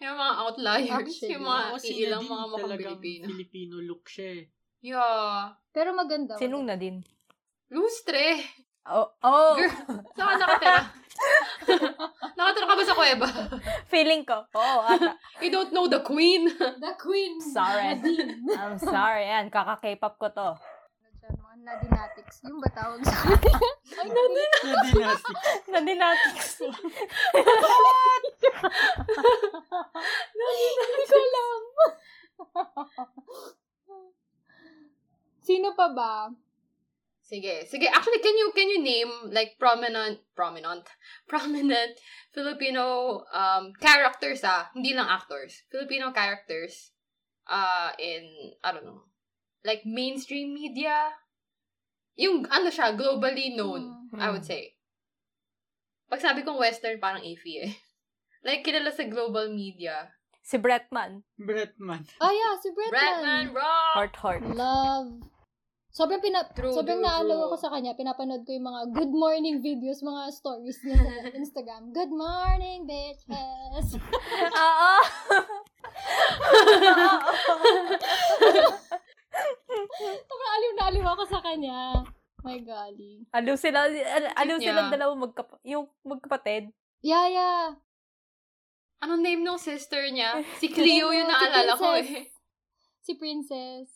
Speaker 4: Yung mga outliers,
Speaker 2: Actually,
Speaker 4: yung mga
Speaker 3: Oo, si
Speaker 4: ilang
Speaker 3: Nadine
Speaker 4: mga mukhang
Speaker 3: talagang
Speaker 4: Pilipino.
Speaker 3: Filipino look siya eh.
Speaker 4: Yeah.
Speaker 2: Pero maganda.
Speaker 6: Sinong na din?
Speaker 4: Lustre.
Speaker 6: Oh, oh.
Speaker 4: Girl, saan ka nakatira? nakatira ka ba sa kuweba?
Speaker 6: Feeling ko. Oo, ata.
Speaker 4: You don't know the queen.
Speaker 2: The Queen.
Speaker 6: Sorry.
Speaker 2: Nadine.
Speaker 6: I'm sorry. Ayan, kaka-K-pop ko to.
Speaker 2: Diyan, mga nadinatics. Yung ba tawag sa
Speaker 3: Na dynastic.
Speaker 6: Nandinatics.
Speaker 2: Hindi ko alam. Sino pa ba?
Speaker 4: Sige, sige. Actually, can you can you name like prominent prominent prominent Filipino um characters ah, hindi lang actors. Filipino characters uh in I don't know. Like mainstream media. Yung ano siya, globally known,
Speaker 6: Hmm.
Speaker 4: I would say. Pag sabi kong western, parang iffy eh. Like kilala sa global media.
Speaker 6: si Bretman.
Speaker 3: Bretman.
Speaker 2: Ah, yeah, si
Speaker 4: Bretman
Speaker 2: Bretman.
Speaker 4: Rock.
Speaker 6: Heart heart.
Speaker 2: Love. Sobrang pina
Speaker 4: True,
Speaker 2: sobrang
Speaker 4: true,
Speaker 2: naalaw
Speaker 4: true.
Speaker 2: ako sa kanya. Pinapanood ko yung mga good morning videos, mga stories niya sa Instagram. Good morning, bitches.
Speaker 6: Oo.
Speaker 2: sobrang aliw na aliw ako sa kanya. My golly.
Speaker 6: Aliw Ano sila, al- aliw
Speaker 4: Cute
Speaker 6: silang
Speaker 4: niya.
Speaker 6: dalawa magkap- yung magkapatid.
Speaker 2: Yeah, yeah.
Speaker 4: Anong name ng sister niya? Si Cleo yung
Speaker 2: Si
Speaker 4: naalala ko
Speaker 2: Princess.
Speaker 4: eh.
Speaker 2: Si Princess.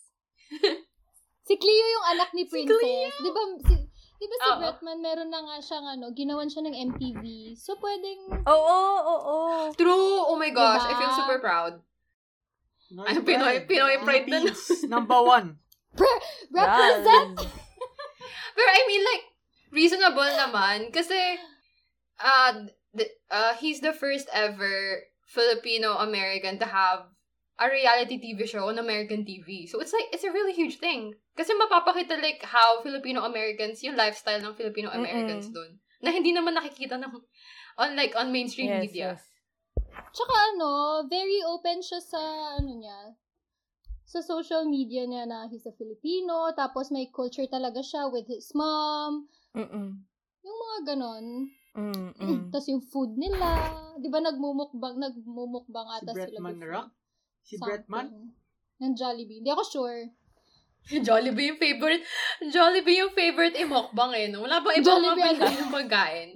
Speaker 2: si Cleo yung anak ni
Speaker 6: Si
Speaker 2: Princess. Di ba si, di ba si
Speaker 4: Oo.
Speaker 2: Bretman, meron na nga siyang ano, ginawan siya ng MTV. So, pwedeng...
Speaker 6: Oo, oo, oo.
Speaker 4: True! Oh my gosh, I
Speaker 2: Diba?
Speaker 4: feel super proud.
Speaker 3: No,
Speaker 4: Ay, Ano, Pinoy- Pinoy pride na-
Speaker 3: Philippines, Number one.
Speaker 2: Represent!
Speaker 4: Pero I mean like, reasonable naman kasi uh, th- uh, he's the first ever Filipino-American to have a reality TV show on American TV. So it's like, it's a really huge thing. Kasi mapapakita like how Filipino-Americans, yung lifestyle ng Filipino-Americans
Speaker 6: Mm-mm.
Speaker 4: dun. Na hindi naman nakikita ng, on like, on mainstream
Speaker 6: Yes,
Speaker 4: media.
Speaker 6: yes.
Speaker 2: Tsaka ano, very open siya sa ano niya, sa social media niya na he's a Filipino, tapos may culture talaga siya with his mom,
Speaker 6: Mm-mm.
Speaker 2: yung mga ganon.
Speaker 6: Mm-mm.
Speaker 2: Tapos yung food nila, di ba nagmumukbang, nagmumukbang
Speaker 3: Si
Speaker 2: ata sila
Speaker 3: Bretman
Speaker 2: before.
Speaker 3: Rock. Si Bretman.
Speaker 2: Something. Ng Jollibee. Hindi ako sure.
Speaker 4: Jollibee yung favorite. Jollibee yung favorite imokbang eh. No? Wala bang ibang mga
Speaker 2: Jollibee ano?
Speaker 4: pagkain pagkain?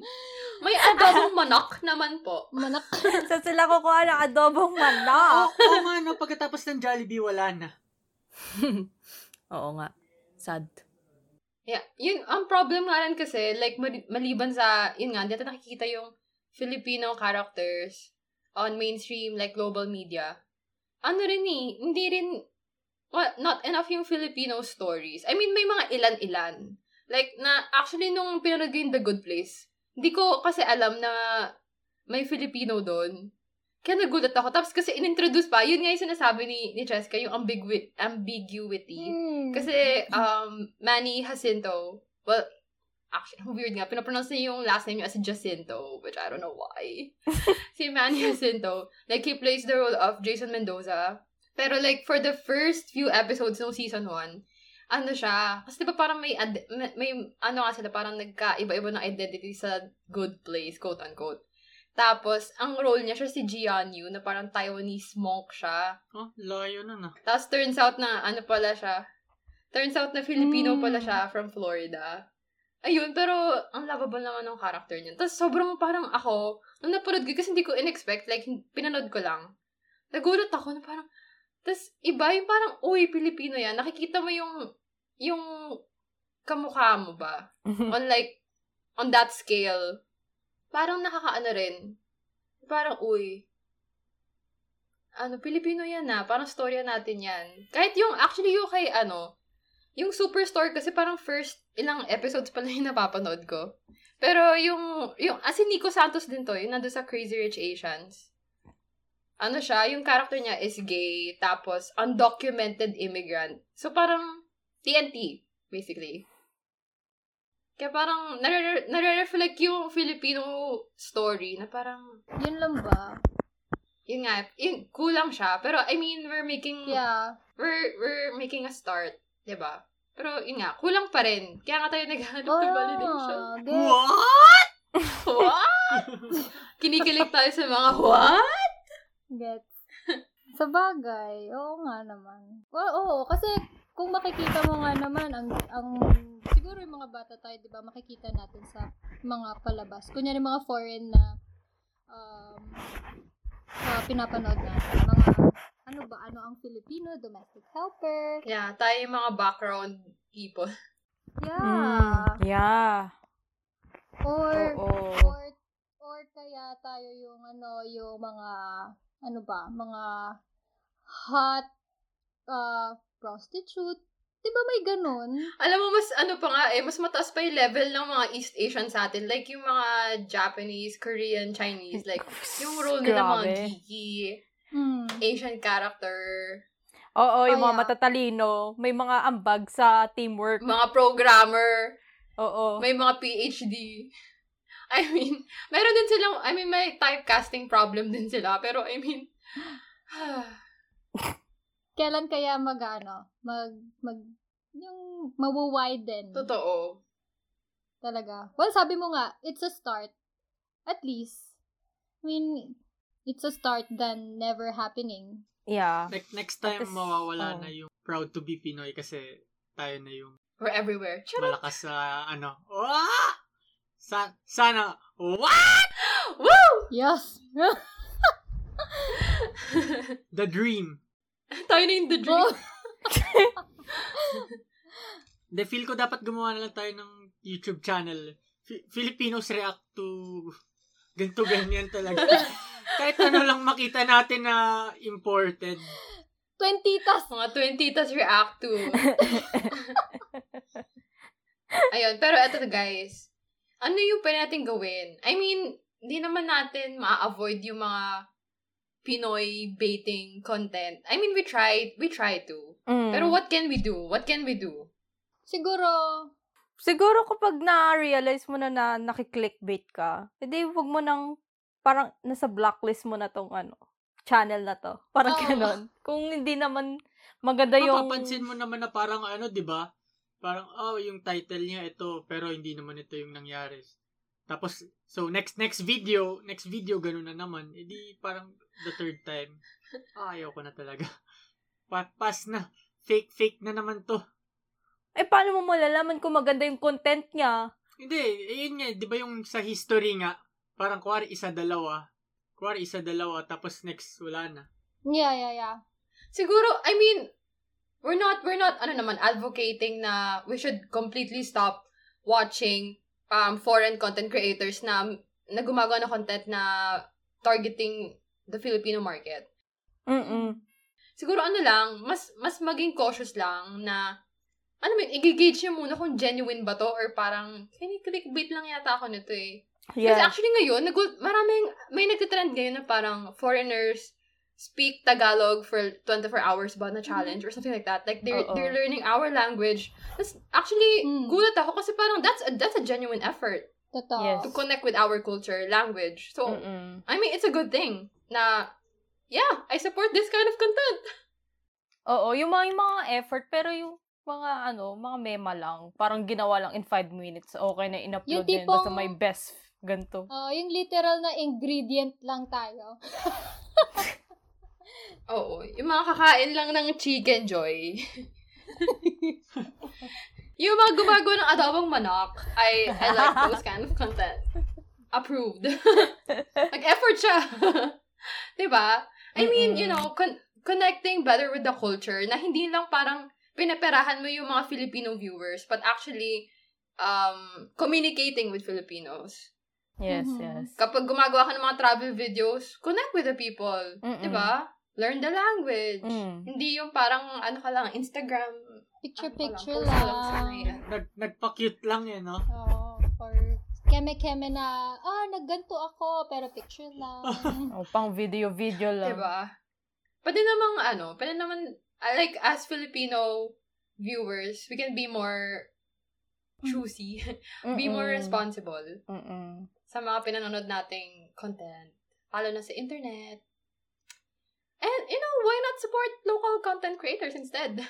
Speaker 4: May adobong manak naman po.
Speaker 2: Manak.
Speaker 6: Sa sila kukuha ng adobong manok.
Speaker 3: Oo nga, no, pagkatapos ng Jollibee, wala na.
Speaker 6: Oo nga. Sad.
Speaker 4: Yeah. Yun, ang problem nga rin kasi, like, mali- maliban sa, yun nga, dito nakikita yung Filipino characters on mainstream, like, global media. Ano rin eh, hindi rin, well, not enough yung Filipino stories. I mean, may mga ilan-ilan. Like, na, actually, nung pinanood ko yung The Good Place, hindi ko kasi alam na may Filipino doon. Kaya nagulat ako. Tapos kasi inintroduce pa, yun nga yung sinasabi ni, ni Cheska, yung ambigui- ambiguity.
Speaker 2: Hmm.
Speaker 4: Kasi, um, Manny Jacinto, well, actually, ang weird nga, pinapronounce niya yung last name niya as Jacinto, which I don't know why. si Manny Jacinto, like, he plays the role of Jason Mendoza. Pero, like, for the first few episodes ng season 1, ano siya, kasi diba parang may, ad- may, may ano nga sila, parang nagkaiba-iba ng identity sa good place, quote-unquote. Tapos, ang role niya siya si Jian Yu, na parang Taiwanese monk siya.
Speaker 3: Oh, layo na na.
Speaker 4: Tapos turns out na ano pala siya. Turns out na Filipino
Speaker 6: Mm.
Speaker 4: pala siya from Florida. Ayun, pero ang lovable naman ng character niya. Tapos sobrang parang ako, nung napanood ko, kasi hindi ko in-expect, like, hin- pinanood ko lang. Nagulat ako na parang, tapos iba yung parang, uy, Pilipino yan. Nakikita mo yung, yung kamukha mo ba? on like, on that scale, parang nakakaano rin. Parang, uy, ano, Pilipino yan na. Parang storya natin yan. Kahit yung, actually yung kay, ano, yung Superstore kasi parang first ilang episodes pala yung napapanood ko. Pero yung, yung, as in Nico Santos din to, yung nandun sa Crazy Rich Asians. Ano siya, yung character niya is gay, tapos undocumented immigrant. So parang TNT, basically. Kaya parang nare- nare-reflect yung Filipino story na parang,
Speaker 2: Yun lang ba?
Speaker 4: yun nga, yun, kulang siya. Pero I mean, we're making,
Speaker 2: Yeah.
Speaker 4: we're, we're making a start, 'di ba Pero yun nga, kulang pa rin. Kaya nga tayo naghanap ng validation.
Speaker 2: Oh, good.
Speaker 5: What?
Speaker 4: What? Kinikilig tayo sa mga what?
Speaker 2: Get. Sa bagay, oo nga naman. Well, oo, kasi kung makikita mo nga naman, ang, ang siguro yung mga bata bata tayo, di ba, makikita natin sa mga palabas. Kunyari mga foreign na um, uh, pinapanood natin. Mga, ano ba, ano ang Filipino, domestic helper.
Speaker 4: Yeah, tayo yung mga background people. Ah.
Speaker 6: Mm.
Speaker 2: Yeah.
Speaker 6: Yeah.
Speaker 2: Or,
Speaker 6: Oo.
Speaker 2: or, or kaya tayo yung ano, yung mga, ano ba, mga hot uh, prostitute. Di ba may ganun?
Speaker 4: Alam mo, mas ano pa nga eh, mas mataas pa yung level ng mga East Asian sa atin. Like yung mga Japanese, Korean, Chinese. Like, yung role nila mga
Speaker 6: Grabe.
Speaker 4: geeky,
Speaker 2: Mm.
Speaker 4: Asian character,
Speaker 6: Oo, yung mga
Speaker 2: Kaya-
Speaker 6: matatalino. May mga ambag sa teamwork.
Speaker 4: mga programmer.
Speaker 6: Oo.
Speaker 4: May mga PhD. I mean, meron din silang, I mean, may typecasting problem din sila. Pero, I mean,
Speaker 2: Kailan kaya mag, ano, mag, mag, yung mawawiden
Speaker 4: totoo.
Speaker 2: talaga. Well, sabi mo nga, it's a start. At least. I mean, it's a start than never happening.
Speaker 6: Yeah.
Speaker 3: Like, next time,
Speaker 6: Tapos,
Speaker 3: mawawala
Speaker 6: oh.
Speaker 3: na yung proud to be Pinoy kasi tayo na yung
Speaker 4: We're everywhere. Charot!
Speaker 3: malakas sa, ano, Wah! Sa, sana, Wah!
Speaker 4: Woo!
Speaker 2: Yes!
Speaker 3: The dream.
Speaker 4: Tayo na yung the dream.
Speaker 2: Oh.
Speaker 3: De, feel ko dapat gumawa na lang tayo ng YouTube channel. Fi- Filipinos react to ganito ganyan talaga. Kahit ano lang makita natin na imported.
Speaker 2: 20 tas!
Speaker 4: Mga 20 tas react to. Ayun, pero eto guys. Ano yung pwede natin gawin? I mean, di naman natin ma-avoid yung mga Pinoy baiting content. I mean, we try, we try to.
Speaker 6: Mm.
Speaker 4: Pero what can we do? What can we do?
Speaker 2: Siguro,
Speaker 6: Siguro kapag na-realize mo na na nakiklickbait ka, edi wag mo nang parang nasa blacklist mo na tong ano, channel na to. Parang
Speaker 2: Oo.
Speaker 6: ganon. Kung hindi naman maganda yung...
Speaker 3: Mapapansin mo naman na parang ano, di ba? Parang, oh, yung title niya ito, pero hindi naman ito yung nangyari. Tapos, so next next video, next video, ganun na naman. E di parang the third time, ah, ayaw ko na talaga. Pa- pass na. Fake, fake na naman to.
Speaker 6: Eh, paano mo malalaman kung maganda yung content niya?
Speaker 3: Hindi, eh, yun nga, di ba yung sa history nga, parang kuwari isa-dalawa, kuwari isa-dalawa, tapos next, wala na.
Speaker 2: yeah, yeah, yeah.
Speaker 4: Siguro, I mean, we're not, we're not, ano naman, advocating na we should completely stop watching um, foreign content creators na, na gumagawa ng content na targeting the Filipino market.
Speaker 6: Mm-mm.
Speaker 4: Siguro ano lang, mas mas maging cautious lang na ano mo, yun, i-gauge niya muna kung genuine ba to or parang kini-clickbait lang yata ako nito eh. Kasi
Speaker 6: Yeah.
Speaker 4: actually ngayon, nag maraming, may nagtitrend ngayon na parang foreigners speak Tagalog for 24 hours ba na challenge or something like that. Like, they're,
Speaker 6: Oo.
Speaker 4: they're learning our language. Tapos, actually,
Speaker 2: Mm.
Speaker 4: gulat ako kasi parang that's a, that's a genuine effort
Speaker 2: Totoo.
Speaker 6: Yes.
Speaker 4: to connect with our culture, language. So,
Speaker 6: Mm-mm.
Speaker 4: I mean, it's a good thing na, yeah, I support this kind of content.
Speaker 6: Oo, yung mga, yung mga effort, pero yung mga ano, mga mema lang, parang ginawa lang in five minutes, okay na in-upload
Speaker 2: Yung
Speaker 6: din, basta
Speaker 2: tipong-
Speaker 6: may best, ganito.
Speaker 2: Oh, yung literal na ingredient lang tayo.
Speaker 4: Oo, yung mga kakain lang ng chicken joy. yung mga gumagawa ng adobong manok, I, I like those kind of content. Approved. Nag-effort siya. 'Di ba? I mean, you know, con- connecting better with the culture na hindi lang parang pinaperahan mo yung mga Filipino viewers, but actually, um, communicating with Filipinos.
Speaker 6: Yes,
Speaker 2: Mhm.
Speaker 6: yes.
Speaker 4: Kapag gumagawa ka ng mga travel videos, connect with the people.
Speaker 6: Mm-mm.
Speaker 4: 'Di ba? Learn the language.
Speaker 6: Mm.
Speaker 4: Hindi yung parang, ano ka lang, Instagram. Ano ka
Speaker 2: Picture-picture
Speaker 4: lang, post ka lang
Speaker 2: lang.
Speaker 4: sa may-
Speaker 3: Nag, nagpa-cute lang eh, no?
Speaker 2: Oo, or keme-keme na, ah, nagganto ako, pero picture lang.
Speaker 6: O, Oh, pang video-video lang.
Speaker 4: Diba? Pwede namang, ano, pwede naman, ah, like, as Filipino viewers, we can be more choosy. be
Speaker 6: Mm-mm.
Speaker 4: more responsible
Speaker 6: Mm-mm.
Speaker 4: sa mga pinanonood nating content. Lalo na sa internet. And, you know, why not support local content creators instead?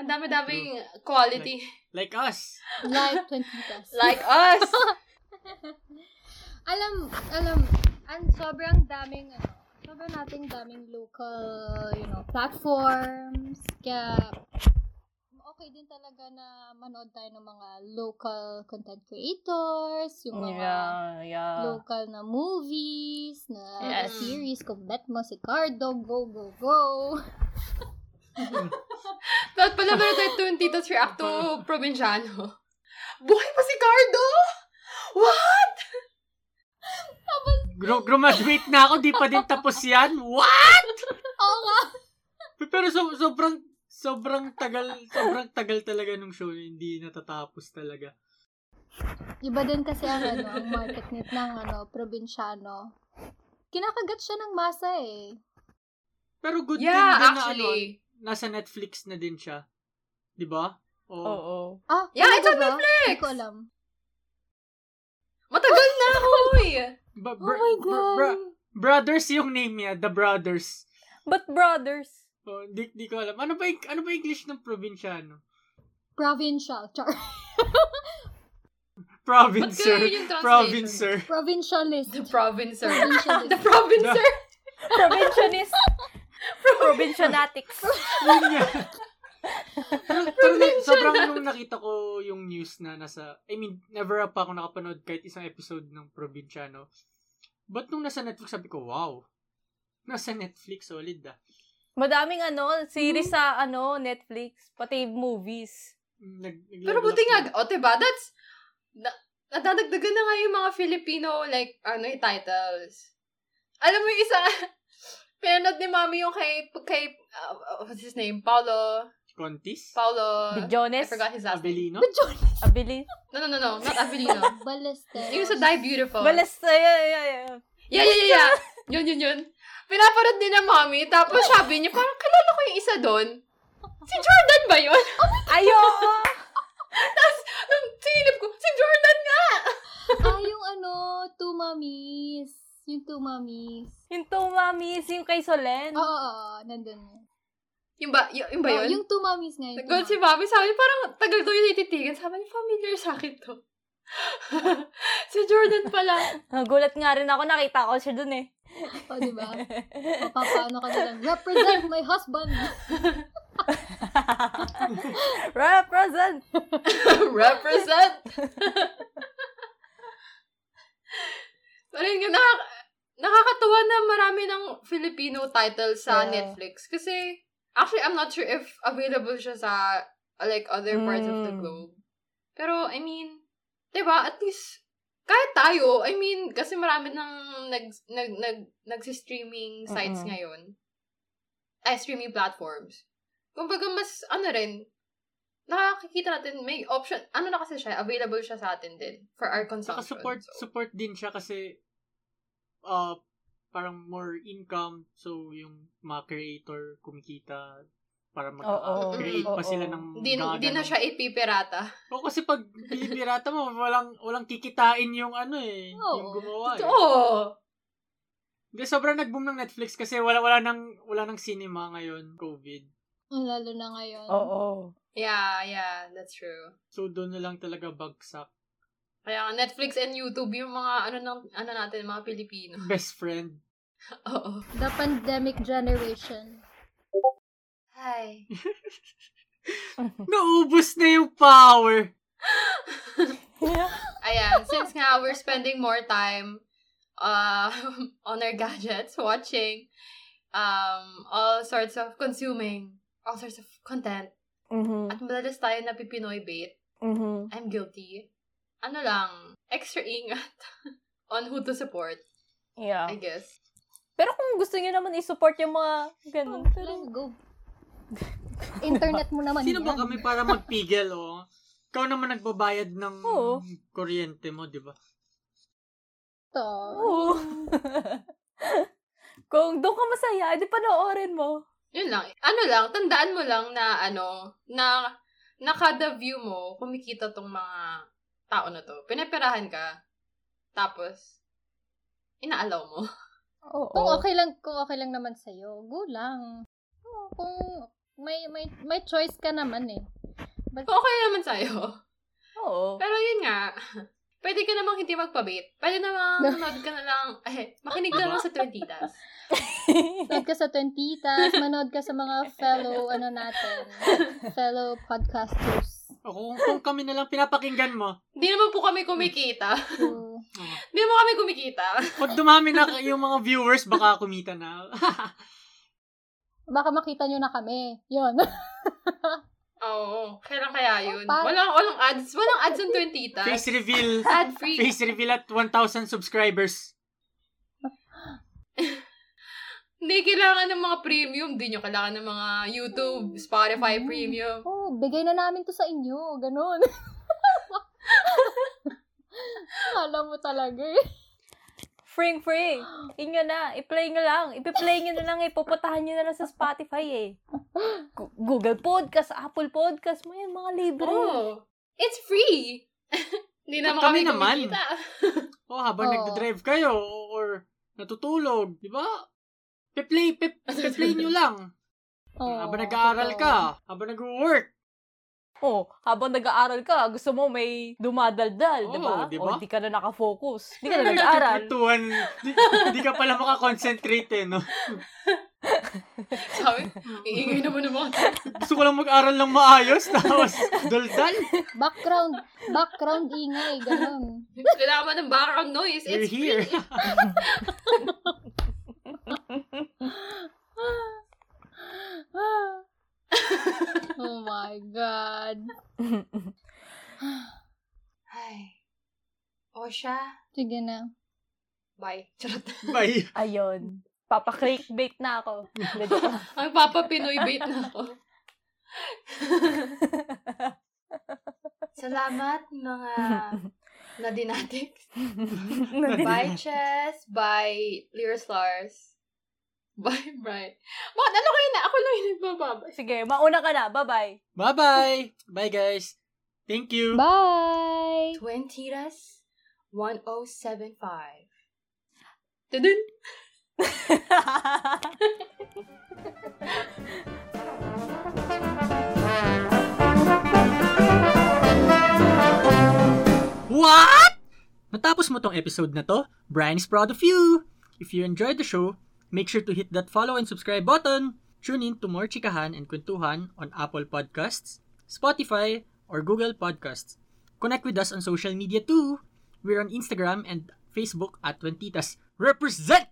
Speaker 4: Ang dami-daming quality.
Speaker 3: Like us.
Speaker 2: Live 20 plus.
Speaker 4: Like us!
Speaker 2: alam, alam, ang sobrang daming, ano, sobrang nating daming local, you know, platforms, kaya, okay din talaga na manood tayo ng mga local content creators, yung mga
Speaker 6: Yeah, yeah.
Speaker 4: Uh,
Speaker 2: local na movies, na
Speaker 6: Yes.
Speaker 2: series, kung bet mo si Cardo, go, go, go.
Speaker 4: Dapat pala meron tayo tune Tito's React to Provinciano. Buhay pa si Cardo! What?
Speaker 3: Gru- graduate na ako, di pa din tapos yan. What?
Speaker 2: Oo nga.
Speaker 3: Pero so, sobrang, sobrang tagal, sobrang tagal talaga nung show na hindi natatapos talaga.
Speaker 2: Iba din kasi ang, ano, ang market nit ng ano, probinsyano. Kinakagat siya ng masa eh.
Speaker 3: Pero good
Speaker 4: Yeah,
Speaker 3: thing din na ano,
Speaker 4: actually.
Speaker 3: nasa Netflix na din siya. Di ba? Oh.
Speaker 6: Oo.
Speaker 4: Oh.
Speaker 3: Oo.
Speaker 2: Ah,
Speaker 4: Yeah,
Speaker 2: talaga
Speaker 4: it's on
Speaker 2: ba?
Speaker 4: Netflix!
Speaker 2: Hindi ko alam.
Speaker 4: Matagal na, hoy!
Speaker 3: Ba-
Speaker 2: Oh
Speaker 3: br-
Speaker 2: my
Speaker 3: br-
Speaker 2: God.
Speaker 3: br- brothers yung name niya, The Brothers.
Speaker 6: But brothers.
Speaker 3: Oh, di, di ko alam. Ano ba, yung- ano ba yung English ng probinsyano?
Speaker 2: Provincial. Char.
Speaker 4: Ba't kaya
Speaker 3: Provincer.
Speaker 4: yun yung translation?
Speaker 3: Provincer.
Speaker 2: Provincialist.
Speaker 4: The provincer.
Speaker 2: Provincialist.
Speaker 4: the provincer.
Speaker 6: Provincianist. Provincianatics.
Speaker 3: Yun nga. pero, pero na- sobrang nung nakita ko yung news na nasa, I mean, never pa ako nakapanood kahit isang episode ng Probinsyano. But nung nasa Netflix, sabi ko, wow. Nasa Netflix, solid ah.
Speaker 6: Madaming ano, series sa ano, Netflix, pati movies.
Speaker 3: Nag, nag-level
Speaker 4: Pero buti
Speaker 3: up
Speaker 4: nga,
Speaker 3: na.
Speaker 4: o diba, that's, na, nadadagdagan na nga yung mga Filipino, like, ano yung titles. Alam mo yung isa, pinanood ni Mami yung kay, kay, uh, what's his name? Paolo,
Speaker 3: Contis?
Speaker 4: Paulo, Uh,
Speaker 6: The
Speaker 4: I
Speaker 6: Jonas,
Speaker 4: forgot his last name.
Speaker 3: Abelino?
Speaker 2: But Jonas
Speaker 6: Abili.
Speaker 4: No, no, no, no, not Abelino.
Speaker 2: Balesteros.
Speaker 4: yung sa Die Beautiful.
Speaker 6: Balas, ay, ay, ay, ay.
Speaker 4: Yeah, yeah, yeah, yeah. Yun, yun, yun. Pinapanood din ng mami, tapos sabi niya, parang kilala ko yung isa doon. Si Jordan ba yun?
Speaker 6: Ayo!
Speaker 4: tapos, nung sinilip ko, si Jordan nga!
Speaker 2: Ah, yung ano, two mommies. Yung two mommies.
Speaker 6: Yung two mommies, yung kay Solen.
Speaker 4: Oh.
Speaker 2: Oo, oo, oo, nandun yun.
Speaker 4: Yung ba, y- Oh, yung ba
Speaker 2: Oo,
Speaker 4: yun?
Speaker 2: yung two mommies nga. Yung two
Speaker 4: Nagod si Mami, sabi parang tagal daw yung ititigan. Sabi niya, familiar sa akin to. si Jordan pala.
Speaker 6: Nagulat nga rin ako, nakita ko siya dun eh.
Speaker 2: mommies. Oo, diba? O, papaano ka nilang, represent my husband.
Speaker 6: Represent!
Speaker 4: Represent! Pero yun nga, nakak- nakakatuwa na marami ng Filipino titles sa
Speaker 6: Yeah.
Speaker 4: Netflix. Kasi, actually, I'm not sure if available siya sa, uh, like, other parts of the
Speaker 6: Mm.
Speaker 4: globe. Pero, I mean, 'di ba at least, kahit tayo, I mean, kasi marami ng nag, nag, nag, nag-streaming sites
Speaker 6: Mm-mm.
Speaker 4: ngayon. Ay, streaming platforms. Kumbaga, mas, ano rin, nakakikita natin, may option, ano na kasi siya, available siya sa atin din, for our
Speaker 3: Saka
Speaker 4: consumption.
Speaker 3: support,
Speaker 4: So,
Speaker 3: support din siya kasi uh, parang more income. So, yung mga creator kumikita para mag-create
Speaker 6: Oo,
Speaker 3: pa sila
Speaker 6: oo.
Speaker 3: ng
Speaker 4: di,
Speaker 3: gaga
Speaker 4: di na
Speaker 3: ng-
Speaker 4: siya ipipirata.
Speaker 3: O Oh, kasi pag binibirata mo, walang, walang kikitain yung ano eh.
Speaker 2: Oo.
Speaker 3: Yung gumawa eh.
Speaker 4: Totoo!
Speaker 3: Hindi, sobrang nag-boom ng Netflix kasi wala, wala, nang, wala nang cinema ngayon, COVID.
Speaker 2: Mm, Lalo na ngayon.
Speaker 6: Oo.
Speaker 4: Yeah, yeah, that's true.
Speaker 3: So, doon na lang talaga bagsak.
Speaker 4: Kaya nga, Netflix and YouTube, yung mga, ano, ng, ano natin, mga Pilipino.
Speaker 3: Best friend.
Speaker 4: Oo.
Speaker 2: The pandemic generation.
Speaker 4: Hi.
Speaker 3: Naubos na yung power.
Speaker 4: Ayan, since nga we're spending more time uh, on our gadgets, watching, um, all sorts of consuming, all sorts of content,
Speaker 6: Mhm.
Speaker 4: at madalas tayo na Pinoy bait,
Speaker 6: Mhm.
Speaker 4: I'm guilty. Ano lang, extra ingat on who to support,
Speaker 6: Yeah.
Speaker 4: I guess.
Speaker 6: Pero kung gusto niyo naman i-support yung mga ganun,
Speaker 4: Oh,
Speaker 6: pero...
Speaker 2: Let's go. Internet mo naman
Speaker 3: Sino
Speaker 2: Ano yan.
Speaker 3: ba kami para magpigil, oh? Ikaw naman nagbabayad ng
Speaker 6: Oo.
Speaker 3: kuryente mo, di ba?
Speaker 2: to?
Speaker 6: Oo. kung doon ka masaya, edi panoorin mo.
Speaker 4: Yun lang. Ano lang, tandaan mo lang na ano, na, na kada view mo, kumikita tong mga tao na to. Pinaperahan ka. Tapos, inaalaw mo.
Speaker 6: Oo.
Speaker 2: Kung okay lang, kung okay lang naman sa'yo, go lang. Oo, Kung may, may, may choice ka naman eh.
Speaker 4: Okay naman sa'yo.
Speaker 6: Oo.
Speaker 4: Pero yun nga, pwede ka namang hindi magpabait. Pwede namang manood ka na lang, eh, makinig ka lang sa 20
Speaker 2: Manood ka sa Twentitas, manood ka sa mga fellow, ano natin, fellow podcasters.
Speaker 3: O, kung, kung kami na lang pinapakinggan mo,
Speaker 4: Hindi naman po kami kumikita.
Speaker 2: So,
Speaker 4: Hindi naman kami kumikita.
Speaker 3: pag dumami na yung mga viewers, baka kumita na.
Speaker 2: baka makita nyo na kami. Yun.
Speaker 4: Oo. kailan kaya yun?
Speaker 2: Parang-
Speaker 4: Walang, walang ads. Walang ads on 20 ta.
Speaker 3: Face reveal.
Speaker 4: Ad free.
Speaker 3: Face reveal at 1,000 subscribers.
Speaker 4: Hindi kailangan ng mga premium. Hindi nyo kailangan ng mga YouTube, Spotify premium.
Speaker 2: oh, bigay na namin to sa inyo. Ganun. Alam mo talaga eh.
Speaker 6: Frank, Frank, inyo na. I-play nyo lang. I-play nyo na lang. Ipuputahan nyo na lang sa Spotify eh. Gu- Google Podcast, Apple Podcast mo yan, mga libre.
Speaker 4: Oh, it's free! Hindi naman
Speaker 3: Kami
Speaker 4: kami,
Speaker 3: naman.
Speaker 4: kumikita.
Speaker 3: O, Oh, habang
Speaker 2: Oo.
Speaker 3: nagdadrive kayo or natutulog, di ba? Pe-play, pe- pe-play nyo lang.
Speaker 2: Oo,
Speaker 3: habang nag-aaral
Speaker 2: totoo.
Speaker 3: ka, habang nag-work.
Speaker 6: Oh, habang nag-aaral ka, gusto mo may dumadaldal, di ba?
Speaker 3: Oo, di
Speaker 6: O,
Speaker 3: ba?
Speaker 6: di ka na nakafocus. Di ka na nag-aaral.
Speaker 3: Tuwan, di, di ka pala makakonsentrate eh, no?
Speaker 4: Sabi, iingay naman ng mga tao.
Speaker 3: Gusto ko lang mag-aral ng maayos, tapos daldal.
Speaker 2: Background, background ingay, ganun.
Speaker 4: Kailangan man ng background noise.
Speaker 3: You're
Speaker 4: It's
Speaker 3: here.
Speaker 4: free.
Speaker 2: oh my God.
Speaker 4: Ay. O siya.
Speaker 2: Sige na.
Speaker 4: Bye. Charot.
Speaker 3: Bye.
Speaker 6: Ayun. Papa-clickbait na ako. Hindi, joke lang.
Speaker 4: Ang Papa Pinoy bait na ako. Salamat mga nadinatics. Bye, Chess. Bye, Lyra Stars. Bye, Brian. Bakit? Ano kayo na? Ako lang yung nagbababa.
Speaker 6: Sige, mauna ka na. Bye-bye.
Speaker 3: Bye-bye. Bye, guys. Thank you.
Speaker 2: Bye!
Speaker 4: Twentitas 1075. Tudun!
Speaker 3: What? Matapos mo tong episode na to, Brian is proud of you. If you enjoyed the show, make sure to hit that follow and subscribe button. Tune in to more Chikahan and Kwentuhan on Apple Podcasts, Spotify, or Google Podcasts. Connect with us on social media too. We're on Instagram and Facebook at Twentitas. Represent!